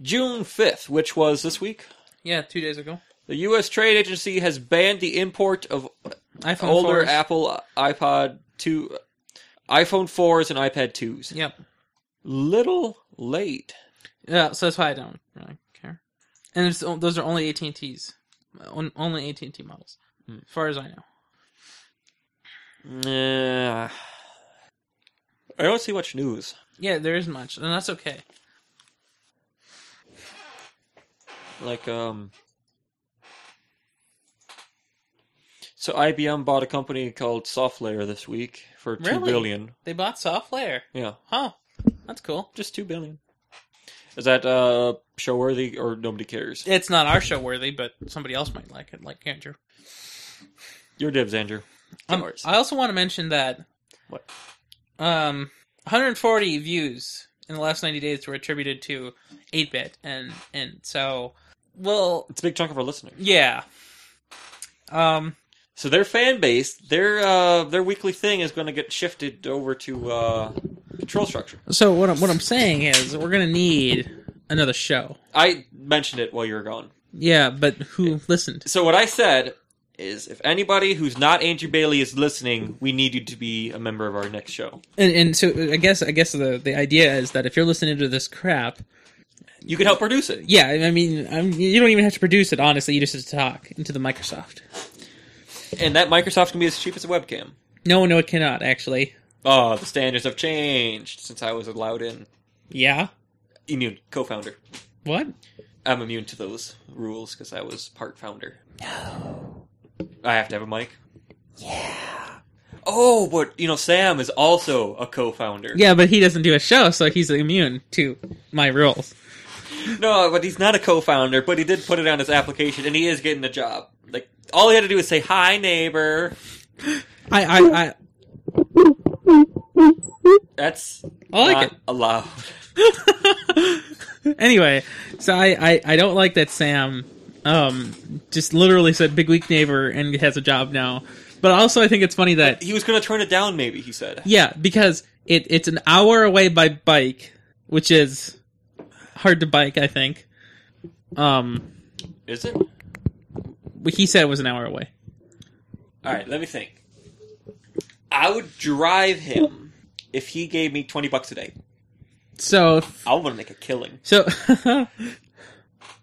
Speaker 2: June fifth, which was this week,
Speaker 3: Yeah, two days ago.
Speaker 2: the U.S. Trade Agency has banned the import of
Speaker 3: iPhone
Speaker 2: older
Speaker 3: 4s.
Speaker 2: Apple iPod two, iPhone fours and iPad twos.
Speaker 3: Yep.
Speaker 2: Little late.
Speaker 3: Yeah, so that's why I don't really care. And it's, those are only AT and T's, only AT and T models, as far as I know.
Speaker 2: Nah. I don't see much news.
Speaker 3: Yeah, there isn't much, and that's okay.
Speaker 2: Like, um. So IBM bought a company called SoftLayer this week for two
Speaker 3: Really?
Speaker 2: billion.
Speaker 3: They bought SoftLayer,
Speaker 2: Yeah,
Speaker 3: huh? That's cool.
Speaker 2: just two billion. Is that uh show worthy or nobody cares?
Speaker 3: It's not our show worthy, but somebody else might like it, like Andrew.
Speaker 2: Your dibs, Andrew.
Speaker 3: Um,
Speaker 2: Yours.
Speaker 3: I also want to mention that
Speaker 2: What?
Speaker 3: um, 140 views in the last 90 days were attributed to 8-bit, and and so well,
Speaker 2: It's a big chunk of our listeners.
Speaker 3: yeah. Um,
Speaker 2: So their fan base, their uh their weekly thing is going to get shifted over to uh control structure.
Speaker 3: So what I'm, what I'm saying is we're gonna need another show.
Speaker 2: I mentioned it while you were gone.
Speaker 3: Yeah, but who listened?
Speaker 2: So what I said is, if anybody who's not Andrew Bailey is listening, we need you to be a member of our next show.
Speaker 3: And, and so I guess I guess the the idea is that if you're listening to this crap,
Speaker 2: You can help produce it.
Speaker 3: yeah, I mean i you don't even have to produce it. Honestly, you just have to talk into the Microsoft.
Speaker 2: And that Microsoft can be as cheap as a webcam.
Speaker 3: No, no, it cannot actually.
Speaker 2: Oh, the standards have changed since I was allowed in.
Speaker 3: Yeah,
Speaker 2: Immune co-founder.
Speaker 3: what?
Speaker 2: I'm immune to those rules because I was part founder. No. I have to have a mic. Yeah. Oh, but you know, Sam is also a co-founder.
Speaker 3: Yeah, but he doesn't do a show, so he's immune to my rules.
Speaker 2: No, but he's not a co-founder, but he did put it on his application, and he is getting a job. Like all he had to do was say hi, neighbor.
Speaker 3: I I, I
Speaker 2: That's
Speaker 3: I like
Speaker 2: not allowed.
Speaker 3: it. anyway, so I, I I don't like that Sam um just literally said big week neighbor and has a job now. But also I think it's funny that
Speaker 2: He was going to turn it down, maybe he said.
Speaker 3: Yeah, because it, it's an hour away by bike, which is hard to bike, I think. Um,
Speaker 2: Is it?
Speaker 3: what he said it was an hour away.
Speaker 2: All right, let me think. I would drive him if he gave me twenty bucks a day.
Speaker 3: So,
Speaker 2: I want to make a killing.
Speaker 3: so,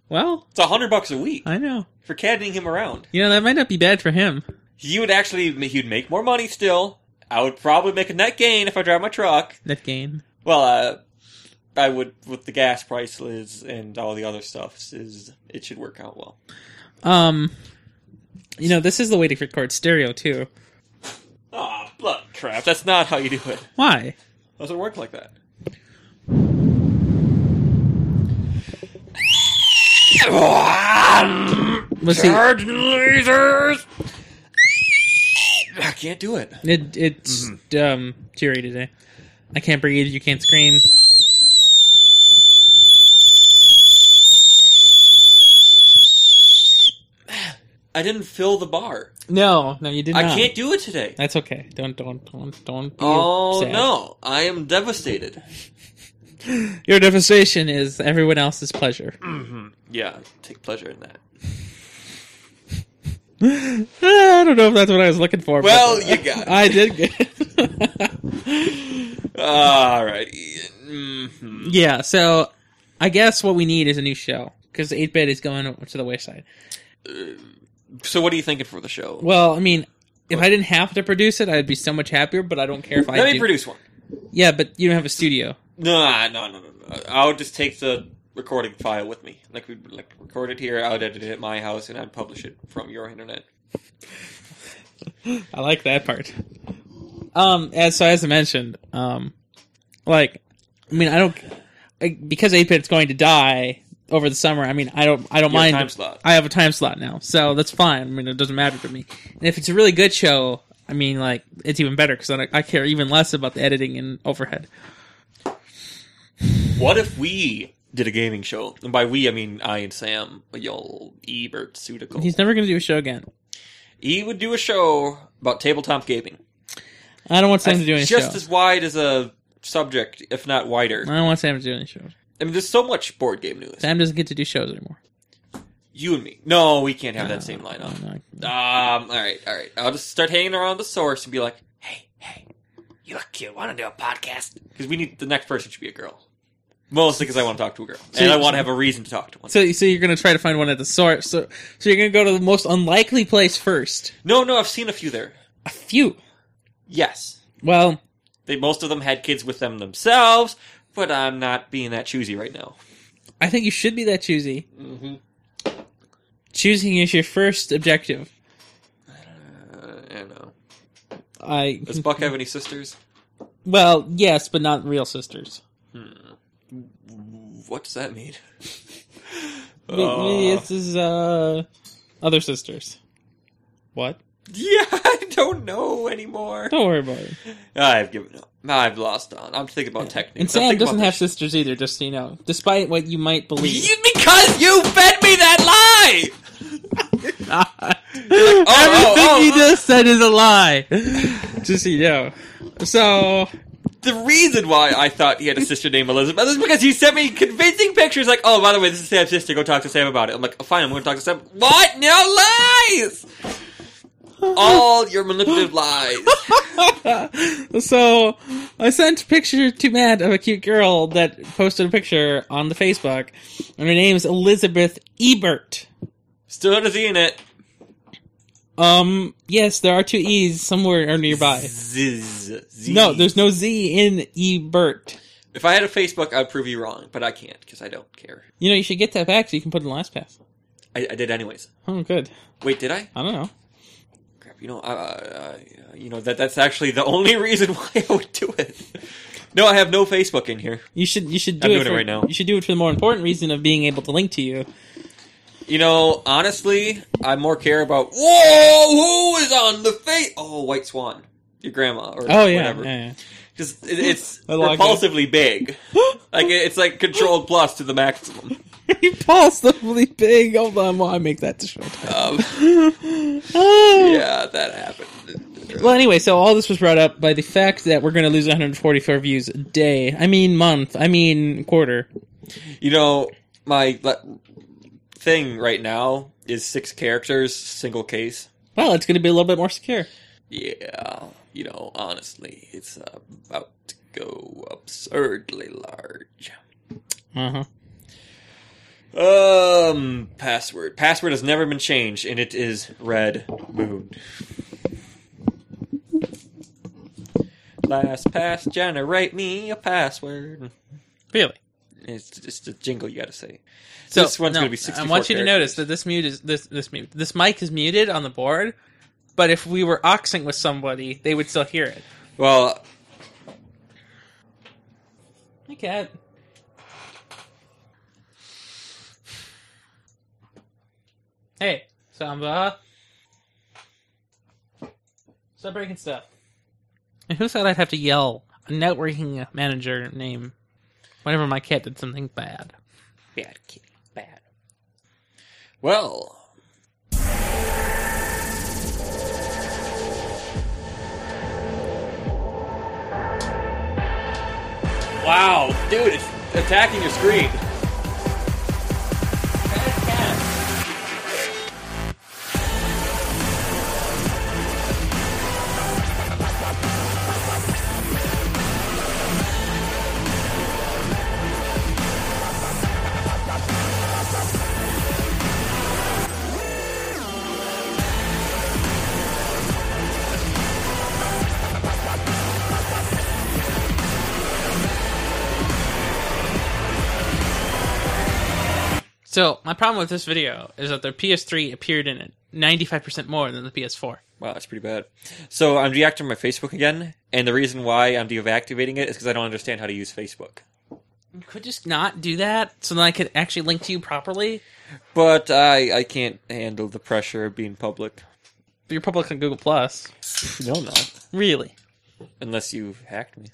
Speaker 3: well,
Speaker 2: It's a hundred bucks a week
Speaker 3: I know.
Speaker 2: for caddying him around.
Speaker 3: You know that might not be bad for him.
Speaker 2: He would actually he'd make more money still. I would probably make a net gain if I drive my truck.
Speaker 3: That gain.
Speaker 2: Well, uh, I would with the gas prices and all the other stuff is it should work out well.
Speaker 3: Um, you know this is the way to record stereo too.
Speaker 2: Ah, blood crap! That's not how you do it.
Speaker 3: Why?
Speaker 2: Doesn't work like that.
Speaker 3: Let's see.
Speaker 2: lasers. I can't do it.
Speaker 3: It, it's
Speaker 2: Mm-hmm.
Speaker 3: um cheery today. I can't breathe. You can't scream.
Speaker 2: I didn't fill the bar.
Speaker 3: No, no, you did
Speaker 2: I
Speaker 3: not.
Speaker 2: can't do it today.
Speaker 3: That's okay. Don't don't don't don't. Be
Speaker 2: Oh
Speaker 3: sad.
Speaker 2: no! I am devastated.
Speaker 3: Your devastation is everyone else's pleasure.
Speaker 2: Yeah, take pleasure in that.
Speaker 3: I don't know if that's what I was looking for. but-
Speaker 2: Well, you got it.
Speaker 3: I did get. it.
Speaker 2: All Ah, right. Mhm.
Speaker 3: yeah, so I guess what we need is a new show because eight bit is going to the wayside.
Speaker 2: So, what are you thinking for the show?
Speaker 3: Well, I mean, if I didn't have to produce it, I'd be so much happier. But I don't care if I
Speaker 2: Let me
Speaker 3: do.
Speaker 2: produce one.
Speaker 3: Yeah, but you don't have a studio.
Speaker 2: No, no, no, no, no. I'll just take the recording file with me. Like we like record it here. I would edit it at my house, and I'd publish it from your internet.
Speaker 3: I like that part. Um, as so as I mentioned, um, like, I mean, I don't like, because eight bit's going to die over the summer. I mean, I don't, I don't
Speaker 2: Your
Speaker 3: mind.
Speaker 2: time slot.
Speaker 3: I have a time slot now, so that's fine. I mean, it doesn't matter to me. And if it's a really good show, I mean, like it's even better because I, I care even less about the editing and overhead.
Speaker 2: What if we did a gaming show? And by we, I mean I and Sam, y'all, Ebert, Sudical.
Speaker 3: He's never going to do a show again.
Speaker 2: he would do a show about tabletop gaming.
Speaker 3: I don't want Sam to do any
Speaker 2: just
Speaker 3: show.
Speaker 2: as wide as a subject, if not wider.
Speaker 3: I don't want Sam to do any shows.
Speaker 2: I mean, there's so much board game news.
Speaker 3: Sam doesn't get to do shows anymore.
Speaker 2: You and me. No, we can't have that same
Speaker 3: I
Speaker 2: lineup.
Speaker 3: don't know.
Speaker 2: Um, all right, all right. I'll just start hanging around the source and be like, hey, hey, you look cute. Want to do a podcast? Because we need the next person should be a girl. Mostly because I want to talk to a girl, and I want to have a reason to talk to one.
Speaker 3: So, so you're going to try to find one at the source. So, so you're going to go to the most unlikely place first.
Speaker 2: No, no, I've seen a few there.
Speaker 3: A few.
Speaker 2: Yes,
Speaker 3: Well,
Speaker 2: they most of them had kids with them themselves, but I'm not being that choosy right now.
Speaker 3: I think you should be that choosy.
Speaker 2: Mm-hmm.
Speaker 3: Choosing is your first objective.
Speaker 2: Uh, I don't know.
Speaker 3: I
Speaker 2: Does Buck have any sisters?
Speaker 3: well, yes, but not real sisters.
Speaker 2: What does that mean?
Speaker 3: Th-
Speaker 2: Uh,
Speaker 3: This is uh, other sisters. What?
Speaker 2: yeah, I don't know anymore.
Speaker 3: Don't worry about it.
Speaker 2: I've given up. I've lost on. I'm thinking about tech
Speaker 3: And
Speaker 2: news. I'm
Speaker 3: Sam
Speaker 2: thinking
Speaker 3: doesn't
Speaker 2: about
Speaker 3: have
Speaker 2: this-
Speaker 3: sisters either, just so you know. Despite what you might believe.
Speaker 2: You- because you fed me that lie.
Speaker 3: Everything
Speaker 2: oh, oh,
Speaker 3: you
Speaker 2: oh.
Speaker 3: just said is a lie. just so you know. So
Speaker 2: The reason why I thought he had a sister named Elizabeth is because he sent me convincing pictures. Like, oh, by the way, this is Sam's sister. Go talk to Sam about it. I'm like, oh, fine. I'm going to talk to Sam. What? No lies. All your manipulative lies.
Speaker 3: so I sent a picture to Matt of a cute girl that posted a picture on the Facebook, and her name's Elizabeth Ebert.
Speaker 2: Still not a Z in it.
Speaker 3: Um, yes, there are two E's somewhere or nearby.
Speaker 2: Ziz. Z.
Speaker 3: No, there's no Z in Ebert.
Speaker 2: If I had a Facebook, I'd prove you wrong, but I can't because I don't care.
Speaker 3: You know, you should get that back so you can put it in LastPass.
Speaker 2: I, I did anyways.
Speaker 3: Oh, good.
Speaker 2: Wait, did I? Oh,
Speaker 3: I don't know.
Speaker 2: Crap. You know, I, I, I- you know that that's actually the only reason why I would do it. No, I have no Facebook in here.
Speaker 3: You should you should do
Speaker 2: I'm
Speaker 3: it,
Speaker 2: doing it
Speaker 3: for-
Speaker 2: right now.
Speaker 3: You should do it for the more important reason of being able to link to you.
Speaker 2: You know, honestly, I more care about whoa, who is on the face? Oh, White Swan, your grandma or
Speaker 3: Oh yeah,
Speaker 2: whatever.
Speaker 3: yeah,
Speaker 2: Just it, it's
Speaker 3: I like it.
Speaker 2: repulsively big. Like it- it's like controlled plus to the maximum.
Speaker 3: yeah. Impulsively big. Hold on, while I make that to show.
Speaker 2: Um,
Speaker 3: Oh.
Speaker 2: yeah, that happened.
Speaker 3: Well, anyway, so all this was brought up by the fact that we're going to lose 144 views a day. I mean, month. I mean, quarter.
Speaker 2: You know, my le- thing right now is six characters, single case.
Speaker 3: Well, it's going to be a little bit more secure.
Speaker 2: Yeah, you know, honestly, it's about to go absurdly large.
Speaker 3: Uh huh.
Speaker 2: Um, password. Password has never been changed, and it is Red Moon. Last pass, generate me a password.
Speaker 3: Really?
Speaker 2: It's just a jingle you gotta say.
Speaker 3: So
Speaker 2: this one's
Speaker 3: no,
Speaker 2: gonna be
Speaker 3: I
Speaker 2: 64
Speaker 3: want you to
Speaker 2: characters.
Speaker 3: notice that this mute is this this mute this mic is muted on the board, but if we were oxing with somebody, they would still hear it.
Speaker 2: Well,
Speaker 3: Hey, cat. Hey, Samba. Stop breaking stuff. And who thought I'd have to yell a networking manager name whenever my cat did something bad?
Speaker 2: bad kid, bad. Well, wow, dude, it's attacking your screen.
Speaker 3: So, my problem with this video is that the PS3 appeared in it 95% more than the PS4.
Speaker 2: Wow, that's pretty bad. So I'm deactivating my Facebook again, and the reason why I'm deactivating it is because I don't understand how to use Facebook.
Speaker 3: You could just not do that so that I could actually link to you properly.
Speaker 2: But I I can't handle the pressure of being public.
Speaker 3: You're public on Google Plus.
Speaker 2: No, I'm not.
Speaker 3: Really?
Speaker 2: Unless you hacked me.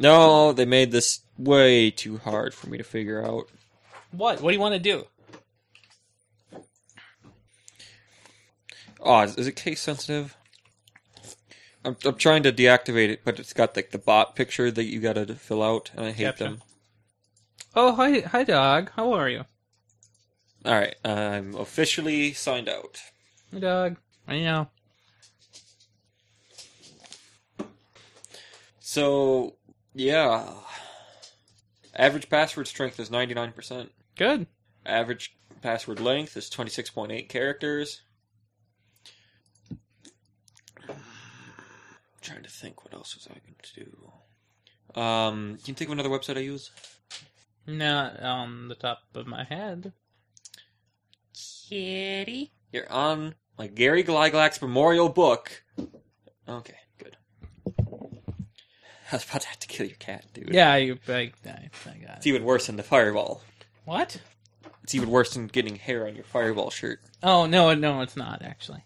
Speaker 2: No, they made this way too hard for me to figure out.
Speaker 3: What? What do you want to do?
Speaker 2: Oh, is, is it case sensitive? I'm, I'm trying to deactivate it, but it's got like the bot picture that you gotta fill out, and I hate
Speaker 3: Gotcha.
Speaker 2: them.
Speaker 3: Oh, hi, hi, dog. How are you?
Speaker 2: All right, I'm officially signed out.
Speaker 3: Hi, dog. I know.
Speaker 2: So yeah, average password strength is 99%.
Speaker 3: Good.
Speaker 2: Average password length is 26.8 characters. trying to think what else was I going to do. Um, can you think of another website I use?
Speaker 3: Not on the top of my head.
Speaker 2: Kitty. You're on my Gary Glyglax memorial book. Okay, good. I was about to have to kill your cat, dude.
Speaker 3: Yeah, you. I, I, I got
Speaker 2: It's
Speaker 3: it.
Speaker 2: even worse than the fireball.
Speaker 3: What?
Speaker 2: It's even worse than getting hair on your fireball shirt.
Speaker 3: Oh no, no, it's not actually.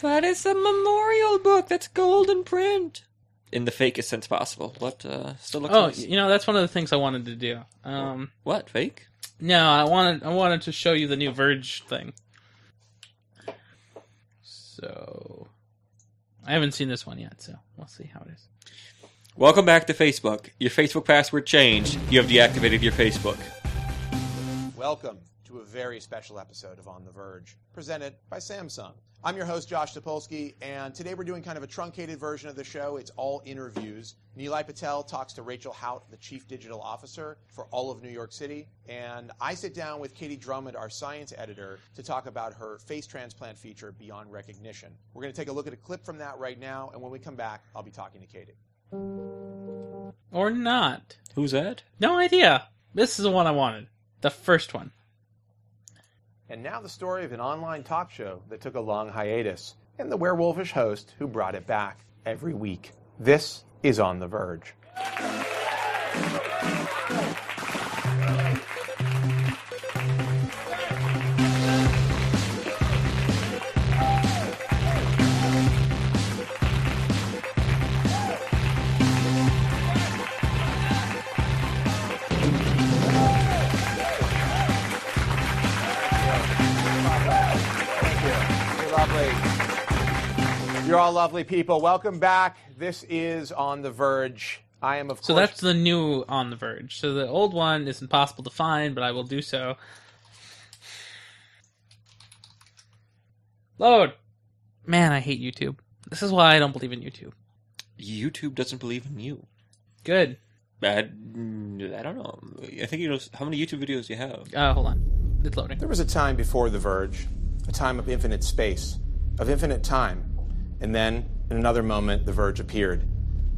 Speaker 2: But it's a memorial book that's golden print. In the fakest sense possible. What, uh, still looks
Speaker 3: Oh,
Speaker 2: nice.
Speaker 3: you know that's one of the things I wanted to do. Um,
Speaker 2: What, fake?
Speaker 3: no, I wanted I wanted to show you the new Verge thing. So, I haven't seen this one yet, so we'll see how it is.
Speaker 2: Welcome back to Facebook. Your Facebook password changed. You have deactivated your Facebook.
Speaker 6: Welcome to a very special episode of On the Verge, presented by Samsung. I'm your host, Josh Topolsky, and today we're doing kind of a truncated version of the show. It's all interviews. Neelai Patel talks to Rachel Hout, the Chief Digital Officer for all of New York City, and I sit down with Katie Drummond, our science editor, to talk about her face transplant feature, Beyond Recognition. We're going to take a look at a clip from that right now, and when we come back, I'll be talking to Katie.
Speaker 3: Or not?
Speaker 2: Who's that?
Speaker 3: No idea. This is the one I wanted. The first one.
Speaker 6: And now the story of an online talk show that took a long hiatus and the werewolfish host who brought it back every week. This is On the Verge. You're lovely. You're all lovely people. Welcome back. This is On the Verge. I am, of
Speaker 3: So
Speaker 6: course,
Speaker 3: that's the new On the Verge. So the old one is impossible to find, but I will do so. Load. Man, I hate YouTube. This is why I don't believe in YouTube.
Speaker 2: YouTube doesn't believe in you.
Speaker 3: Good.
Speaker 2: I, I don't know. I think you know how many YouTube videos you have.
Speaker 3: Uh, hold on. It's loading.
Speaker 6: There was a time before The Verge, a time of infinite space, of infinite time. And then, in another moment, The Verge appeared,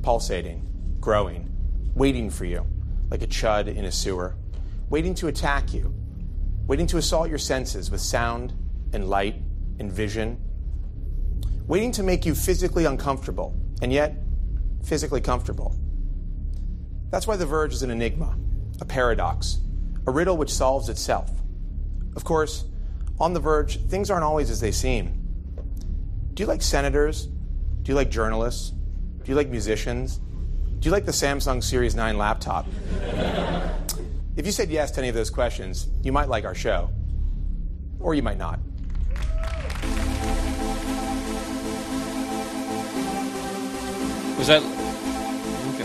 Speaker 6: pulsating, growing, waiting for you, like a chud in a sewer, waiting to attack you, waiting to assault your senses with sound and light and vision, waiting to make you physically uncomfortable, and yet physically comfortable. That's why The Verge is an enigma, a paradox, a riddle which solves itself. Of course, on the verge, things aren't always as they seem. Do you like senators? Do you like journalists? Do you like musicians? Do you like the Samsung Series 9 laptop? if you said yes to any of those questions, you might like our show. Or you might not.
Speaker 2: Was that. Okay.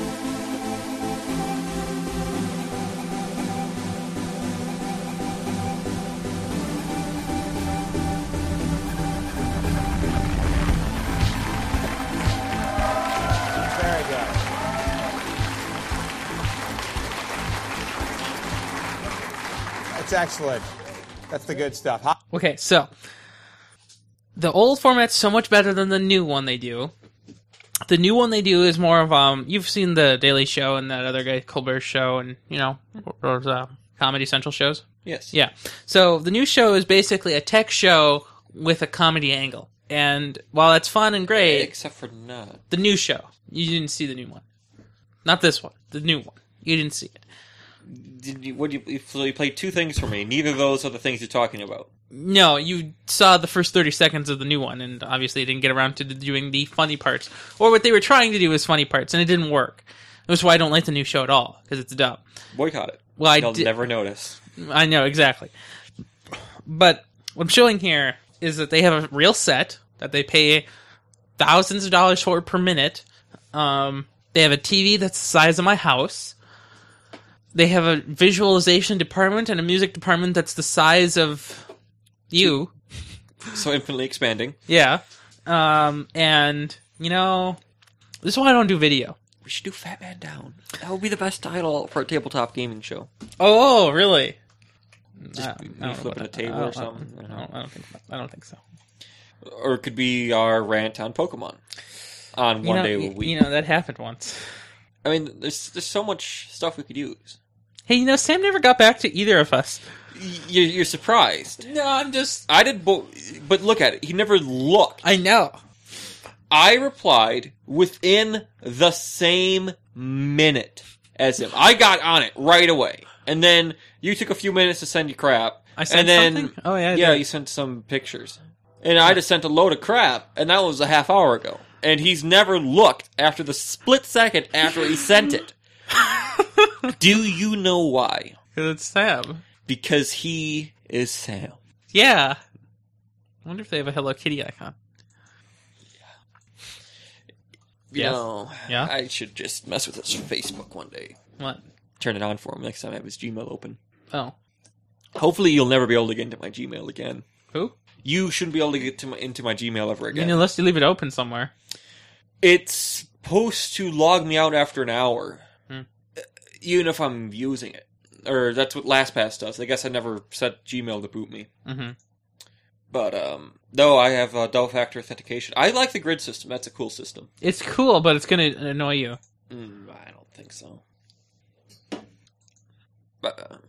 Speaker 6: Very good. That's excellent. That's the good stuff. Hi-
Speaker 3: Okay, so the old format's so much better than the new one they do. The new one they do is more of um. You've seen the Daily Show and that other guy Colbert Show, and you know, or, uh, Comedy Central shows.
Speaker 2: Yes.
Speaker 3: Yeah. So the new show is basically a tech show with a comedy angle. And while that's fun and great,
Speaker 2: Except for not.
Speaker 3: the new show, you didn't see the new one. Not this one, the new one. You didn't see it.
Speaker 2: Did you, what do you, so you played two things for me. Neither of those are the things you're talking about.
Speaker 3: No, you saw the first 30 seconds of the new one, and obviously didn't get around to doing the funny parts. Or what they were trying to do was funny parts, and it didn't work. That's why I don't like the new show at all, because it's dumb.
Speaker 2: Boycott it.
Speaker 3: Well, I
Speaker 2: They'll
Speaker 3: di-
Speaker 2: never notice.
Speaker 3: I know exactly. But what I'm showing here is that they have a real set that they pay thousands of dollars for per minute. Um, they have a TV that's the size of my house. They have a visualization department and a music department that's the size of you.
Speaker 2: So infinitely expanding.
Speaker 3: Yeah. Um, and you know, this is why I don't do video.
Speaker 2: We should do Fat Man Down. That would be the best title for a tabletop gaming show.
Speaker 3: Oh, really? Uh,
Speaker 2: Just
Speaker 3: I-
Speaker 2: be-
Speaker 3: I don't know
Speaker 2: flipping
Speaker 3: about
Speaker 2: a table
Speaker 3: that. I
Speaker 2: or
Speaker 3: don't- I don't-
Speaker 2: something. I don't
Speaker 3: I don't, I don't think. I don't think so.
Speaker 2: Or it could be our rant on Pokemon on one
Speaker 3: you know,
Speaker 2: day
Speaker 3: y-
Speaker 2: a week.
Speaker 3: You know that happened once.
Speaker 2: I mean, there's there's so much stuff we could use.
Speaker 3: Hey, you know Sam never got back to either of us.
Speaker 2: Y- You're, you're surprised.
Speaker 3: No, I'm just.
Speaker 2: I did both, but look at it. He never looked.
Speaker 3: I know.
Speaker 2: I replied within the same minute as him. I got on it right away, and then you took a few minutes to send your crap.
Speaker 3: I sent
Speaker 2: and then,
Speaker 3: something? Oh, yeah, I
Speaker 2: yeah.
Speaker 3: did.
Speaker 2: You sent some pictures, and I just sent a load of crap, and that was a half hour ago. And he's never looked after the split second after he sent it. Do you know why?
Speaker 3: Because it's Sam.
Speaker 2: Because he is Sam.
Speaker 3: Yeah. I wonder if they have a Hello Kitty icon.
Speaker 2: You
Speaker 3: Yeah.
Speaker 2: know,
Speaker 3: Yeah.
Speaker 2: I should just mess with his Facebook one day.
Speaker 3: What?
Speaker 2: Turn it on for him next time I have his Gmail open.
Speaker 3: Oh,
Speaker 2: Hopefully, you'll never be able to get into my Gmail again.
Speaker 3: who?
Speaker 2: You shouldn't be able to get to my, into my Gmail ever
Speaker 3: I mean,
Speaker 2: again.
Speaker 3: unless you leave it open somewhere.
Speaker 2: it's supposed to log me out after an hour,
Speaker 3: Hmm.
Speaker 2: Uh, even if I'm using it. Or that's what LastPass does. I guess I never set Gmail to boot me.
Speaker 3: Mm-hmm.
Speaker 2: But um, no, I have uh, double factor authentication. I like the grid system. That's a cool system.
Speaker 3: It's cool, but it's gonna annoy you.
Speaker 2: Mm, I don't think so. But um,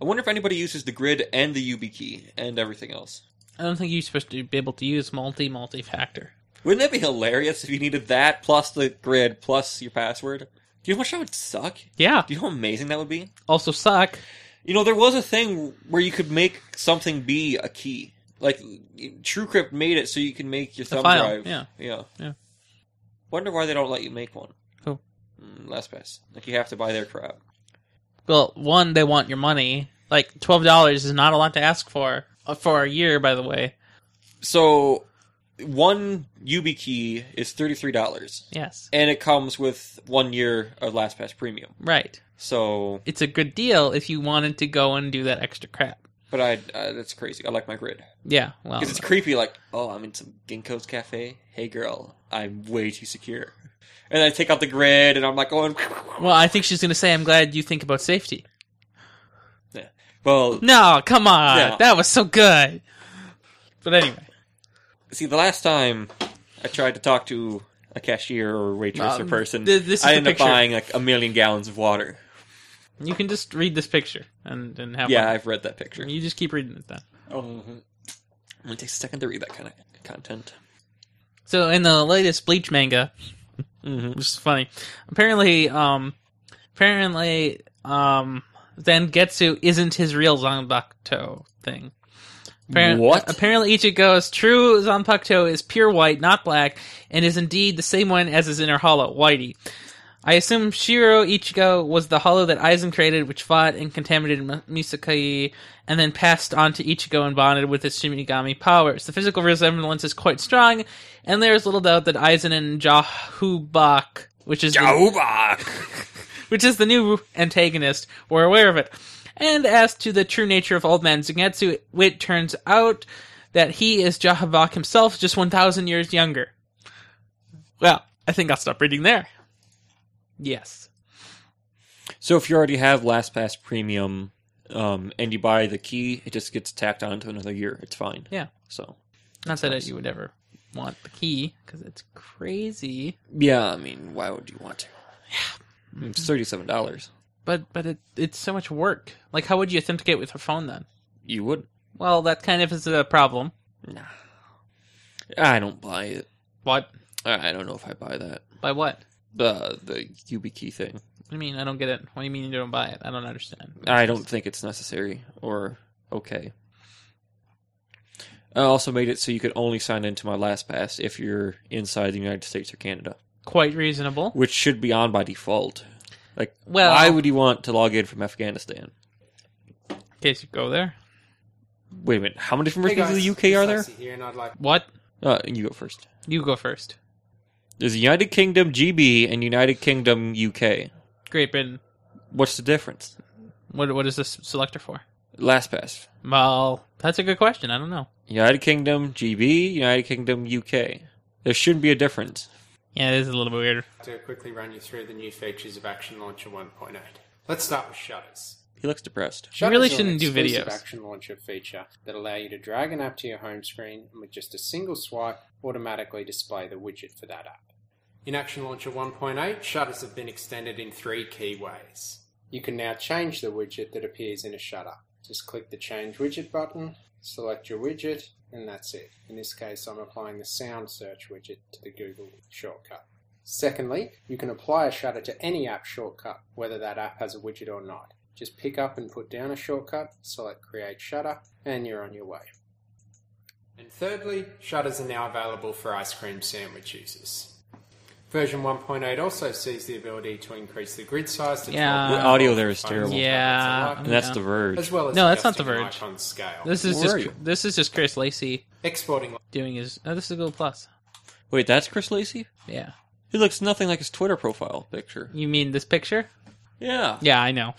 Speaker 2: I wonder if anybody uses the grid and the YubiKey and everything else.
Speaker 3: I don't think you're supposed to be able to use multi multi factor.
Speaker 2: Wouldn't that be hilarious if you needed that plus the grid plus your password? Do you know how much that would suck?
Speaker 3: Yeah.
Speaker 2: Do you know how amazing that would be?
Speaker 3: Also suck.
Speaker 2: You know, there was a thing where you could make something be a key. Like TrueCrypt made it so you can make your
Speaker 3: The
Speaker 2: thumb
Speaker 3: file,
Speaker 2: drive.
Speaker 3: yeah.
Speaker 2: yeah,
Speaker 3: Yeah.
Speaker 2: Wonder why they don't let you make one.
Speaker 3: Who?
Speaker 2: Mm, LastPass. Like you have to buy their crap.
Speaker 3: Well, one, they want your money. Like twelve dollars is not a lot to ask for uh, for a year, by the way.
Speaker 2: So one YubiKey is thirty three dollars,
Speaker 3: Yes,
Speaker 2: and it comes with one year of LastPass Premium.
Speaker 3: right.
Speaker 2: So,
Speaker 3: It's a good deal if you wanted to go and do that extra crap.
Speaker 2: but I uh, that's crazy. I like my grid.
Speaker 3: Yeah, well,
Speaker 2: Because it's creepy, like, oh, I'm in some Ginkgo's cafe. Hey, girl, I'm way too secure. And I take out the grid, and I'm like, oh,
Speaker 3: well, I think she's gonna say, "I'm glad you think about safety."
Speaker 2: well,
Speaker 3: No, come on,
Speaker 2: Yeah.
Speaker 3: that was so good. But anyway,
Speaker 2: see, the last time I tried to talk to a cashier or waitress or
Speaker 3: Um,
Speaker 2: person,
Speaker 3: th- this is
Speaker 2: I
Speaker 3: the
Speaker 2: ended up
Speaker 3: picture.
Speaker 2: buying like a million gallons of water.
Speaker 3: you can just read this picture and and have
Speaker 2: Yeah,
Speaker 3: fun.
Speaker 2: I've read that picture.
Speaker 3: You just keep reading it then.
Speaker 2: Oh, mm-hmm. It takes a second to read that kind of content.
Speaker 3: So in the latest Bleach manga,
Speaker 2: Mm-hmm.
Speaker 3: which is funny. Apparently, um, apparently, um, Zangetsu isn't his real Zanbakuto thing. Appar-
Speaker 2: What?
Speaker 3: Apparently, Ichigo's true Zanpakuto is pure white, not black, and is indeed the same one as his inner hollow, Whitey. I assume Shiro Ichigo was the hollow that Aizen created, which fought and contaminated M- Musakai, and then passed on to Ichigo and bonded with his Shinigami powers. The physical resemblance is quite strong, and there is little doubt that Aizen and Jahubak, which is the- which is the new antagonist, were aware of it. And as to the true nature of Old Man Zangetsu, it turns out that he is Jahavak himself, just 1,000 years younger. Well, I think I'll stop reading there. Yes.
Speaker 2: So if you already have LastPass Premium um, and you buy the key, it just gets tacked on to another year. It's fine.
Speaker 3: Yeah.
Speaker 2: So,
Speaker 3: Not that you would ever want the key, because it's crazy.
Speaker 2: yeah, I mean, why would you want to? Yeah. It's $37.
Speaker 3: But but it, it's so much work. Like, how would you authenticate with her phone then?
Speaker 2: You wouldn't.
Speaker 3: Well, that kind of is a problem.
Speaker 2: Nah. I don't buy it.
Speaker 3: What?
Speaker 2: I I don't know if I buy that.
Speaker 3: By what?
Speaker 2: The the YubiKey thing.
Speaker 3: What do you mean? I don't get it. What do you mean you don't buy it? I don't understand.
Speaker 2: I don't think it's necessary or Okay. I also made it so you could only sign into my last pass if you're inside the United States or Canada,
Speaker 3: Quite reasonable.
Speaker 2: which should be on by default. Like,
Speaker 3: Well-
Speaker 2: why would you want to log in from Afghanistan?
Speaker 3: In case you go there.
Speaker 2: Wait a minute, how many different
Speaker 7: Hey,
Speaker 2: versions of
Speaker 7: guys,
Speaker 2: the UK are there?
Speaker 7: dyslexia Here, and I'd like
Speaker 3: What?
Speaker 2: Uh, you go first.
Speaker 3: You go first.
Speaker 2: There's United Kingdom GB and United Kingdom UK.
Speaker 3: Great Britain.
Speaker 2: What's the difference?
Speaker 3: What what is this selector for?
Speaker 2: Last pass.
Speaker 3: Well, that's a good question. I don't know.
Speaker 2: United Kingdom GB, United Kingdom UK. There shouldn't be a difference.
Speaker 3: Yeah, it is a little bit weird.
Speaker 7: to quickly run you through the new features of Action Launcher 1.8. Let's start with shutters.
Speaker 2: He looks depressed.
Speaker 3: You really
Speaker 7: Shutters are an
Speaker 3: shouldn't do
Speaker 7: exclusive
Speaker 3: videos.
Speaker 7: Action Launcher feature that allow you to drag an app to your home screen and with just a single swipe, automatically display the widget for that app. In Action Launcher 1.8, shutters have been extended in three key ways. You can now change the widget that appears in a shutter. Just click the Change Widget button, select your widget, and that's it. In this case, I'm applying the Sound Search widget to the Google shortcut. Secondly, you can apply a shutter to any app shortcut, whether that app has a widget or not. Just pick up and put down a shortcut, select Create Shutter, and you're on your way. And thirdly, shutters are now available for ice cream sandwich users. Version 1.8 also sees the ability to increase the grid size to
Speaker 3: Yeah.
Speaker 7: 12.
Speaker 2: The audio there is terrible.
Speaker 3: Yeah.
Speaker 7: Tablets and
Speaker 2: And that's
Speaker 3: Oh, Yeah.
Speaker 2: the verge.
Speaker 7: as well as
Speaker 3: No, that's not
Speaker 7: adjusting
Speaker 3: The
Speaker 7: an
Speaker 3: Verge.
Speaker 7: icon scale.
Speaker 3: This is
Speaker 2: Where are
Speaker 3: just
Speaker 2: you?
Speaker 3: this is just Chris Lacey
Speaker 7: Exporting
Speaker 3: doing his. Oh, this is Google Plus.
Speaker 2: Wait, that's Chris Lacey?
Speaker 3: Yeah.
Speaker 2: He looks nothing like his Twitter profile picture.
Speaker 3: You mean this picture?
Speaker 2: Yeah.
Speaker 3: Yeah, I know.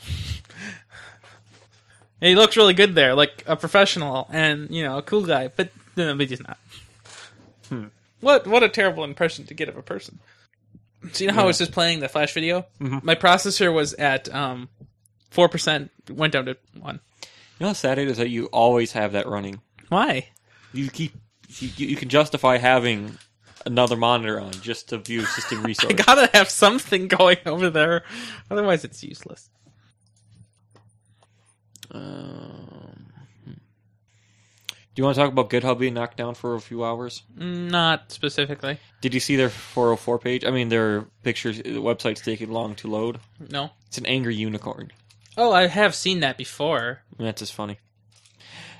Speaker 3: he looks really good there, like a professional and you know a cool guy, but no, but he's not. Hmm. What what a terrible impression to get of a person. So you know how I was just playing the flash video? My processor was at um four percent, went down to one.
Speaker 2: You know how sad it is that you always have that running.
Speaker 3: Why?
Speaker 2: You keep you, you you can justify having another monitor on just to view system
Speaker 3: I
Speaker 2: resources.
Speaker 3: gotta have something going over there, otherwise it's useless.
Speaker 2: Um, hmm. do you want to talk about GitHub being knocked down for a few hours?
Speaker 3: Not specifically.
Speaker 2: Did you see their 404 page? I mean, their pictures, the website's taking long to load.
Speaker 3: No.
Speaker 2: It's an angry unicorn.
Speaker 3: Oh, I have seen that before.
Speaker 2: That's just funny.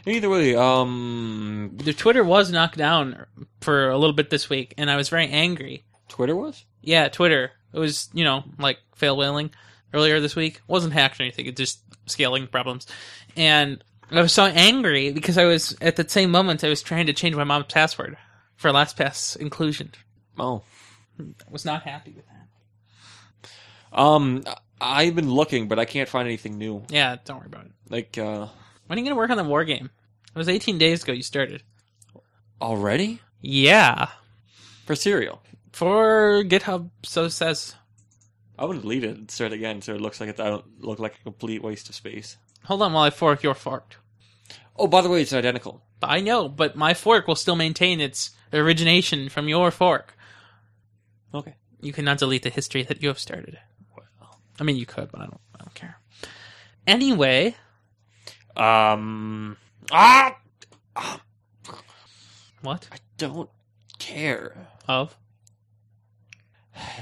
Speaker 2: Either way, um,
Speaker 3: The Twitter was knocked down for a little bit this week, and I was very angry.
Speaker 2: Twitter was.
Speaker 3: Yeah, Twitter. It was, you know, like fail whaling earlier this week. Wasn't hacked or anything, it just scaling problems. And I was so angry because I was at the same moment I was trying to change my mom's password for LastPass inclusion.
Speaker 2: Oh,
Speaker 3: Was not happy with that.
Speaker 2: um, I- I've been looking, but I can't find anything new.
Speaker 3: Yeah, don't worry about it.
Speaker 2: Like, uh,
Speaker 3: When are you gonna work on the war game? It was eighteen days ago you started.
Speaker 2: already
Speaker 3: Yeah.
Speaker 2: for Serial.
Speaker 3: For GitHub so says
Speaker 2: I'm gonna delete it and start again, so it looks like it. I don't look like a complete waste of space.
Speaker 3: Hold on while I fork your fork.
Speaker 2: Oh, by the way, it's identical.
Speaker 3: I know, but my fork will still maintain its origination from your fork.
Speaker 2: Okay.
Speaker 3: You cannot delete the history that you have started. I mean, you could, but I don't. I don't care. Anyway,
Speaker 2: Um. Ah,
Speaker 3: what
Speaker 2: I don't care.
Speaker 3: of?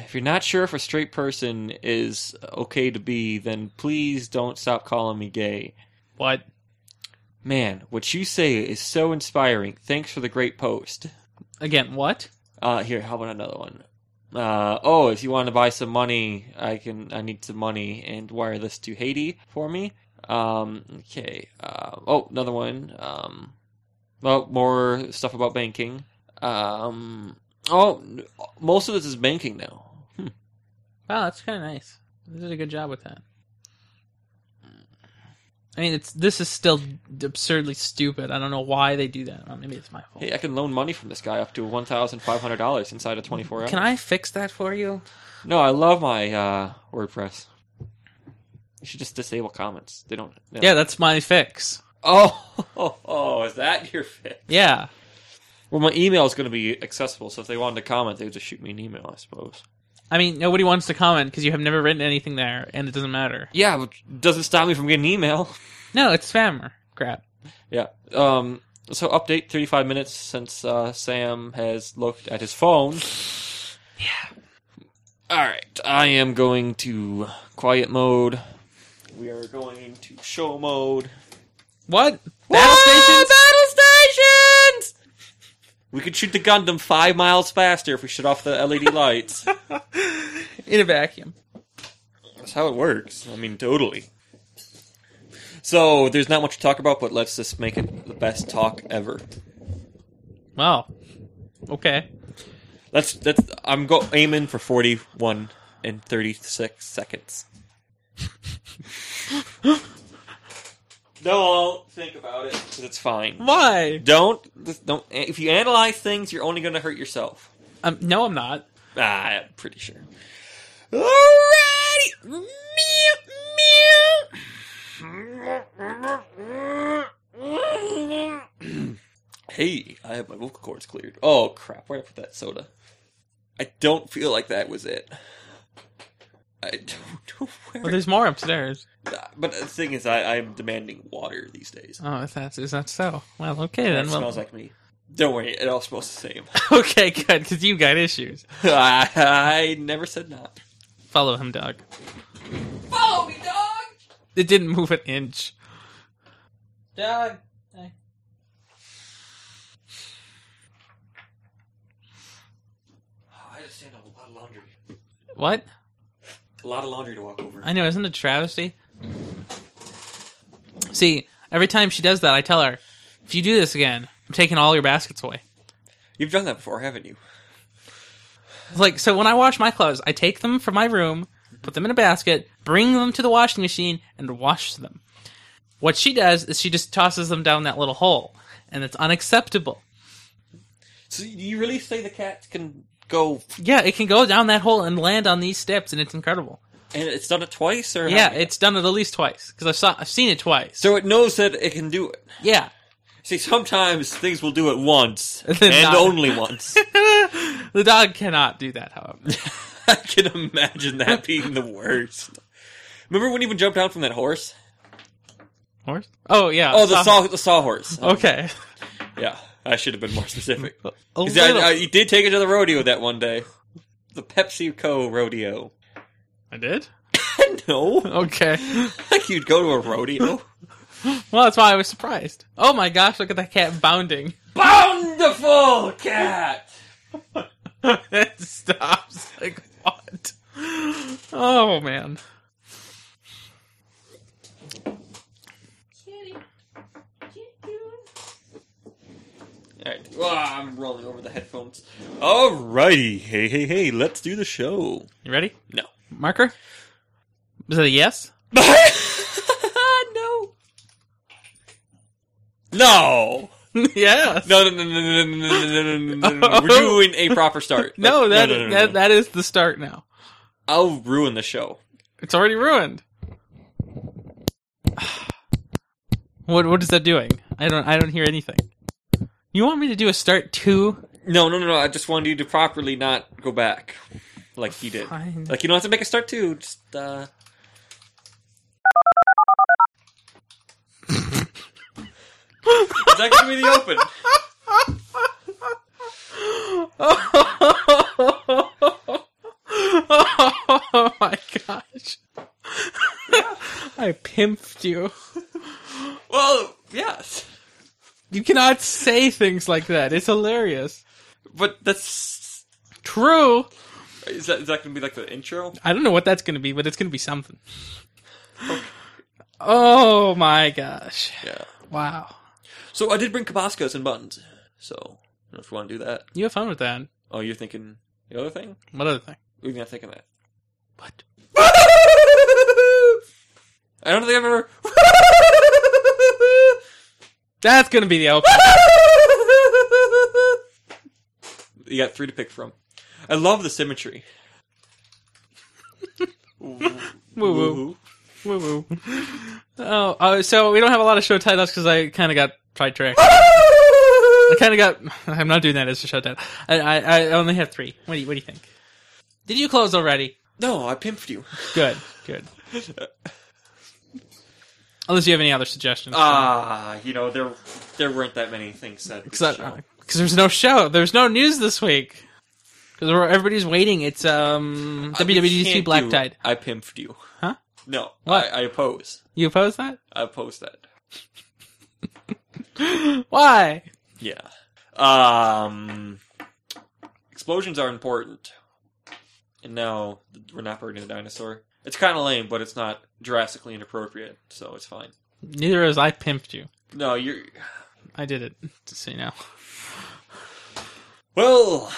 Speaker 2: If you're not sure if a straight person is okay to be, then please don't stop calling me gay.
Speaker 3: What?
Speaker 2: Man, what you say is so inspiring. Thanks for the great post.
Speaker 3: Again, what?
Speaker 2: Uh, here, how about another one? Uh, oh, if you want to buy some money, I can. I need some money and wire this to Haiti for me. Um, okay. Uh, oh, another one. Um, well, more stuff about banking. Um, oh, n- most of this is banking now. Hmm.
Speaker 3: Wow, that's kind of nice. They did a good job with that. I mean, it's this is still absurdly stupid. I don't know why they do that. Well, maybe it's my fault.
Speaker 2: Hey, I can loan money from this guy up to one thousand five hundred dollars inside of twenty four hours.
Speaker 3: Can I fix that for you?
Speaker 2: No, I love my uh, WordPress. You should just disable comments. They don't. they don't-
Speaker 3: Yeah, that's my fix.
Speaker 2: Oh, oh, oh, is that your fix?
Speaker 3: Yeah.
Speaker 2: Well, my email is going to be accessible, so if they wanted to comment, they would just shoot me an email, I suppose.
Speaker 3: I mean, nobody wants to comment because you have never written anything there, and it doesn't matter.
Speaker 2: Yeah, but doesn't stop me from getting email.
Speaker 3: No, it's spammer crap.
Speaker 2: Yeah. Um. So update thirty five minutes since uh, Sam has looked at his phone. Yeah. All right. I am going to quiet mode. We are going to show mode.
Speaker 3: What? Battle stations?
Speaker 2: Battle stations! We could shoot the Gundam five miles faster if we shut off the LED lights.
Speaker 3: In a vacuum.
Speaker 2: That's how it works. I mean, totally. So there's not much to talk about, but let's just make it the best talk ever.
Speaker 3: Wow. Okay.
Speaker 2: Let's. That's. I'm go aiming for 41 and 36 seconds. Don't think about it. 'cause It's fine.
Speaker 3: Why?
Speaker 2: Don't just don't. If you analyze things, you're only going to hurt yourself.
Speaker 3: Um, no, I'm not.
Speaker 2: Ah, I'm pretty sure. Alrighty! Meow, meow. hey, I have my vocal cords cleared. Oh crap, where did I put that soda? I don't feel like that was it. I don't know where.
Speaker 3: Well, there's more upstairs.
Speaker 2: but the thing is, I, I'm demanding water these days.
Speaker 3: Oh, if that's is that so? Well, okay
Speaker 2: It
Speaker 3: then. Well,
Speaker 2: smells like me. Don't worry, it all smells the same.
Speaker 3: okay, good, because you got issues.
Speaker 2: I never said not.
Speaker 3: Follow him, dog. Follow me, dog. It didn't move an inch.
Speaker 4: Dog.
Speaker 2: I just stand a lot of laundry.
Speaker 3: What?
Speaker 2: A lot of laundry to walk over.
Speaker 3: I know, isn't it a travesty? See, every time she does that, I tell her, if you do this again, I'm taking all your baskets away.
Speaker 2: You've done that before, haven't you?
Speaker 3: It's Like, so when I wash my clothes, I take them from my room, put them in a basket, bring them to the washing machine, and wash them. What she does is she just tosses them down that little hole, and it's unacceptable.
Speaker 2: So do you really say the cat can go
Speaker 3: Yeah, it can go down that hole and land on these steps, and it's incredible.
Speaker 2: and it's done it twice, or
Speaker 3: Yeah, it's done it at least twice because I saw I've seen it twice.
Speaker 2: so it knows that it can do it.
Speaker 3: yeah,
Speaker 2: See, sometimes things will do it once
Speaker 3: And
Speaker 2: and,
Speaker 3: then not.
Speaker 2: only once.
Speaker 3: the dog cannot do that. However,
Speaker 2: I can imagine that being the worst. Remember when he even jumped down from that horse?
Speaker 3: horse? Oh yeah.
Speaker 2: Oh, the
Speaker 3: saw-
Speaker 2: saw, the sawhorse. Um,
Speaker 3: Okay,
Speaker 2: Yeah, I should have been more specific.
Speaker 3: a
Speaker 2: Is that-
Speaker 3: little.
Speaker 2: I-
Speaker 3: I,
Speaker 2: you did take it to the rodeo that one day, the PepsiCo rodeo.
Speaker 3: did.
Speaker 2: no,
Speaker 3: Okay.
Speaker 2: like you'd go to a rodeo.
Speaker 3: Well, that's why I was surprised. Oh my gosh! Look at that cat bounding.
Speaker 2: Bountiful cat.
Speaker 3: it stops. Like what? Oh man.
Speaker 2: Alright. Well, I'm rolling over the headphones. Alrighty. Hey, hey, hey. Let's do the show.
Speaker 3: You ready?
Speaker 2: No.
Speaker 3: Marker. Is it a yes?
Speaker 2: no. No.
Speaker 3: yes.
Speaker 2: No, no, no, no, no, no, no, no, no, no, no, no. We're doing a proper start.
Speaker 3: No,
Speaker 2: Like,
Speaker 3: that, that that is the start now.
Speaker 2: I'll ruin the show.
Speaker 3: It's already ruined. What what is that doing? I don't I don't hear anything. You want me to do a start two?
Speaker 2: No, no, no, no. I just wanted you to properly not go back like you did.
Speaker 3: Fine.
Speaker 2: Like, you don't have to make a start, too. Just, uh... Is that going to be the open?
Speaker 3: oh my gosh. I pimped you.
Speaker 2: Well, yes.
Speaker 3: You cannot say things like that. It's hilarious.
Speaker 2: But that's...
Speaker 3: True.
Speaker 2: Is that, is that going to be, like, the intro?
Speaker 3: I don't know what that's going to be, but it's going to be something. Oh my gosh.
Speaker 2: Yeah.
Speaker 3: Wow.
Speaker 2: So, I did bring Kabascos and buttons. So, I don't know if you want to do that.
Speaker 3: You have fun with that.
Speaker 2: Oh, you're thinking the other thing?
Speaker 3: What other thing?
Speaker 2: We're not thinking that.
Speaker 3: What?
Speaker 2: I don't think I've ever...
Speaker 3: That's gonna be the open.
Speaker 2: You got three to pick from. I love the symmetry.
Speaker 3: woo woo woo woo. Oh, uh, so we don't have a lot of show titles because I kind of got sidetracked. I kind of got. I'm not doing that as a show title. I, I I only have three. What do you What do you think? Did you close already?
Speaker 2: No, I pimped you.
Speaker 3: Good. Good. Unless you have any other suggestions.
Speaker 2: Ah, you know there there weren't that many things said.
Speaker 3: because uh, there's no show. There's no news this week. Because everybody's waiting. It's um WWDC Black Tide.
Speaker 2: I pimped you.
Speaker 3: Huh?
Speaker 2: No,
Speaker 3: What?
Speaker 2: I, I oppose.
Speaker 3: You oppose that?
Speaker 2: I oppose that.
Speaker 3: Why?
Speaker 2: Yeah. Um, explosions are important. And no, we're not burning a dinosaur. It's kind of lame, but it's not drastically inappropriate, so it's fine.
Speaker 3: Neither is I pimped you.
Speaker 2: No, you're.
Speaker 3: I did it. Just so you know.
Speaker 2: Well,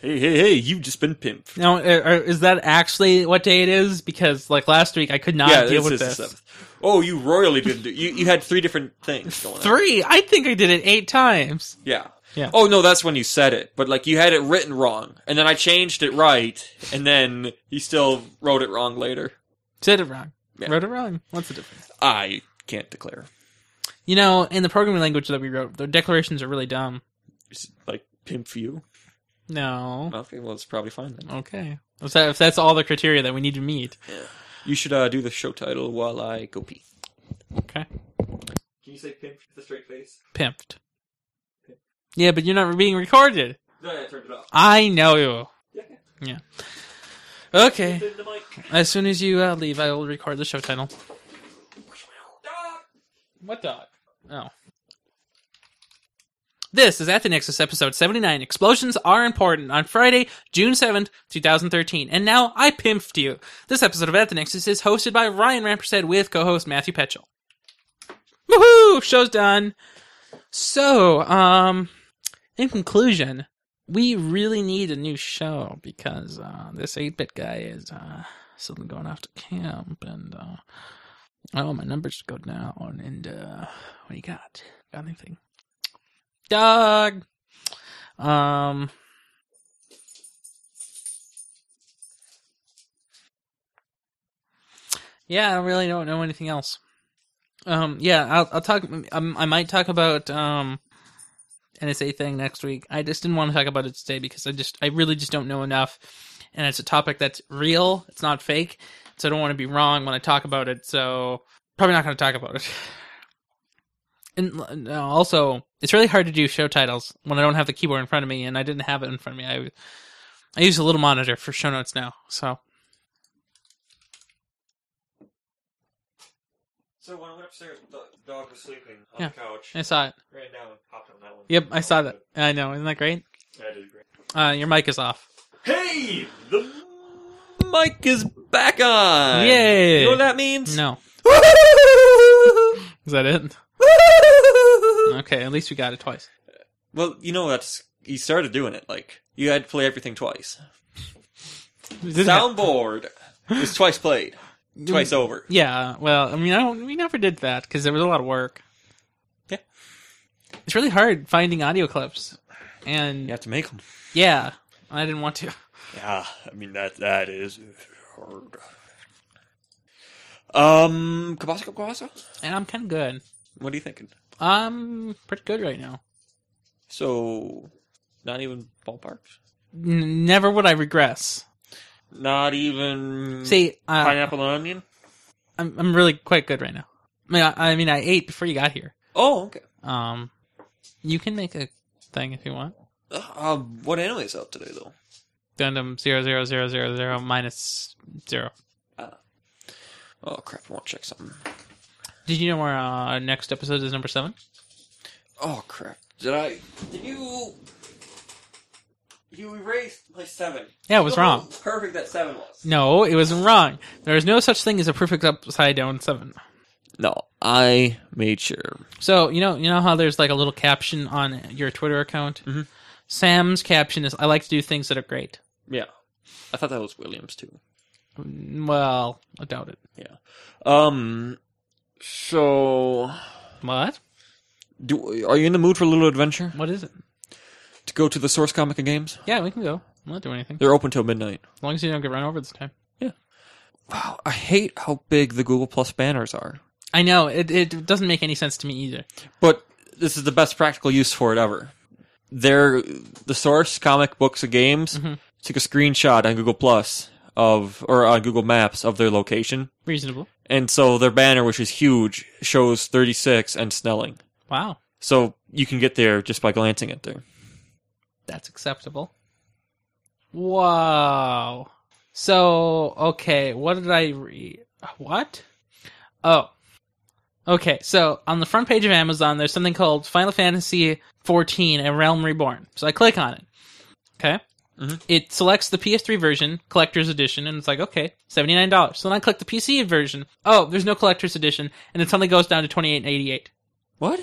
Speaker 2: hey, hey, hey, you've just been pimped.
Speaker 3: Now, er, er, is that actually what day it is? Because like last week, I could not deal with
Speaker 2: is the
Speaker 3: this.
Speaker 2: seventh. Oh, you royally didn't do. You, you had three different things going on.
Speaker 3: Three. I think I did it eight times.
Speaker 2: Yeah.
Speaker 3: Yeah.
Speaker 2: Oh no, that's when you said it. But like you had it written wrong, and then I changed it right, and then you still wrote it wrong later.
Speaker 3: Did it wrong.
Speaker 2: Yeah.
Speaker 3: Wrote it wrong. What's the difference?
Speaker 2: I can't declare.
Speaker 3: You know, in the programming language that we wrote, the declarations are really dumb.
Speaker 2: It's like pimp for you.
Speaker 3: No.
Speaker 2: Okay, well it's probably fine then.
Speaker 3: Okay. If, that, if that's all the criteria that we need to meet.
Speaker 2: You should uh, do the show title while I go pee.
Speaker 3: Okay.
Speaker 2: Can you say pimp with a straight face?
Speaker 3: Pimped. Yeah, but you're not being recorded.
Speaker 2: No, I turned it off.
Speaker 3: I know you.
Speaker 2: Yeah.
Speaker 3: Yeah. Okay. As soon as you uh, leave, I will record the show title. What dog? Oh. This is At the Nexus, episode 79. Explosions are important on Friday, June 7th, 2013. And now I pimped you. This episode of At the Nexus is hosted by Ryan Rampersad with co host Matthew Petchel. Woohoo! Show's done. So, um, in conclusion, we really need a new show because uh, this 8 bit guy is uh, suddenly going off to camp and uh, oh, my numbers go down. And uh, what do you got? Got anything? Dog! Um. Yeah, I really don't know anything else. Um, yeah, I'll, I'll talk. Um, I might talk about um, NSA thing next week. I just didn't want to talk about it today because I just I really just don't know enough, and it's a topic that's real. It's not fake, so I don't want to be wrong when I talk about it. So probably not going to talk about it. And uh, no, also, it's really hard to do show titles when I don't have the keyboard in front of me, and I didn't have it in front of me. I I use a little monitor for show notes now. So
Speaker 2: So when I went upstairs, the dog was sleeping on
Speaker 3: Yeah.
Speaker 2: the couch.
Speaker 3: I saw it.
Speaker 2: Ran down and hopped on that one.
Speaker 3: Yep, I saw that. I know. Isn't that great?
Speaker 2: That is great.
Speaker 3: Uh, your mic is off.
Speaker 2: Hey, the mic is back on.
Speaker 3: Yay.
Speaker 2: You know what that means?
Speaker 3: No. Is that it? Okay, at least we got it twice.
Speaker 2: Well, you know that's you started doing it. Like you had to play everything twice. Soundboard was twice played, twice over.
Speaker 3: Yeah, well, I mean, I don't, we never did that because there was a lot of work.
Speaker 2: Yeah.
Speaker 3: It's really hard finding audio clips, and
Speaker 2: You
Speaker 3: yeah,
Speaker 2: have to make them.
Speaker 3: I didn't want to.
Speaker 2: Yeah, I mean that that is hard. Um, Kabasco Kabasco,
Speaker 3: And I'm kind of good.
Speaker 2: what are you thinking?
Speaker 3: I'm pretty good right now.
Speaker 2: So, not even ballparks.
Speaker 3: N- never would I regress.
Speaker 2: Not even
Speaker 3: See, uh,
Speaker 2: pineapple and onion.
Speaker 3: I'm I'm really quite good right now. I mean, I, I mean, I ate before you got here.
Speaker 2: Oh, okay.
Speaker 3: Um, you can make a thing if you want.
Speaker 2: Uh, what anime is out today though?
Speaker 3: Gundam zero zero zero zero zero minus zero.
Speaker 2: Oh crap! I want to check something.
Speaker 3: Did you know our uh, next episode is number seven?
Speaker 2: Oh crap! Did I? Did you? You erased my seven.
Speaker 3: Yeah, it was
Speaker 2: Look how
Speaker 3: wrong.
Speaker 2: Perfect that seven was.
Speaker 3: No, it was wrong. There is no such thing as a perfect upside down seven.
Speaker 2: No, I made sure.
Speaker 3: So you know, you know how there's like a little caption on your Twitter account.
Speaker 2: Mhm.
Speaker 3: Sam's caption is, "I like to do things that are great."
Speaker 2: Yeah, I thought that was Williams too.
Speaker 3: Mm, Well, I doubt it.
Speaker 2: Um, so
Speaker 3: What?
Speaker 2: do are you in the mood for a little adventure?
Speaker 3: What is it?
Speaker 2: To go to the Source Comic and Games?
Speaker 3: Yeah, we can go. I'm not doing anything
Speaker 2: They're open till midnight.
Speaker 3: as long as you don't get run over this time.
Speaker 2: Wow, I hate how big the Google Plus banners are.
Speaker 3: I know it. It doesn't make any sense to me either.
Speaker 2: But this is the best practical use for it ever. They're the source comic books and games
Speaker 3: Mhm.
Speaker 2: took a screenshot on Google Plus of or on Google Maps of their location,
Speaker 3: Reasonable.
Speaker 2: and so their banner, which is huge, shows 36 and Snelling.
Speaker 3: Wow,
Speaker 2: So you can get there just by glancing at there.
Speaker 3: that's acceptable. Wow. So okay, what did I read? What? Oh, Okay, so on the front page of Amazon, there's something called Final Fantasy XIV: A Realm Reborn. So I click on it. Okay,
Speaker 2: Mhm.
Speaker 3: it selects the PS3 version, collector's edition, and it's like, okay, seventy nine dollars. So then I click the PC version. Oh, there's no collector's edition, and it suddenly goes down to twenty eight eighty eight.
Speaker 2: What?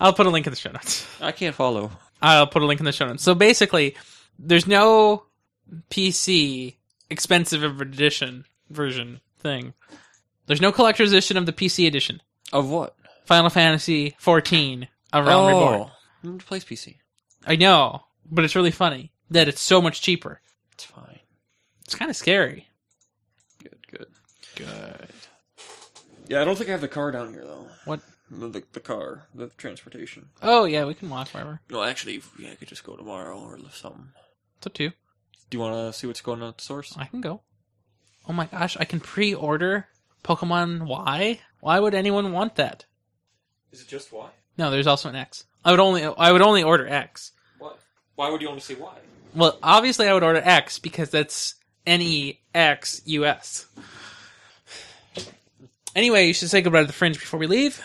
Speaker 3: I'll put a link in the show notes.
Speaker 2: I can't follow.
Speaker 3: I'll put a link in the show notes. So basically, there's no PC expensive of edition version thing. There's no collector's edition of the PC edition.
Speaker 2: Of what?
Speaker 3: Final Fantasy 14 A Realm
Speaker 2: Oh.
Speaker 3: Reborn.
Speaker 2: I'm to Mm, place PC.
Speaker 3: I know, but it's really funny that it's so much cheaper.
Speaker 2: It's fine.
Speaker 3: It's kind of scary.
Speaker 2: Good, good. Good. Yeah, I don't think I have the car down here though.
Speaker 3: What?
Speaker 2: The, the, the car, the transportation.
Speaker 3: Oh yeah, we can walk wherever.
Speaker 2: No, actually, yeah, I could just go tomorrow or something.
Speaker 3: It's up to you.
Speaker 2: Do you want to see what's going on at the source?
Speaker 3: I can go. Oh my gosh, I can pre-order Pokemon Y. Why would anyone want that?
Speaker 2: Is it just why?
Speaker 3: No, there's also an X. I would only I would only order X.
Speaker 2: What? Why would you want to see why?
Speaker 3: Well, obviously I would order X because that's N E X U S. Anyway, you should say goodbye to the fringe before we leave.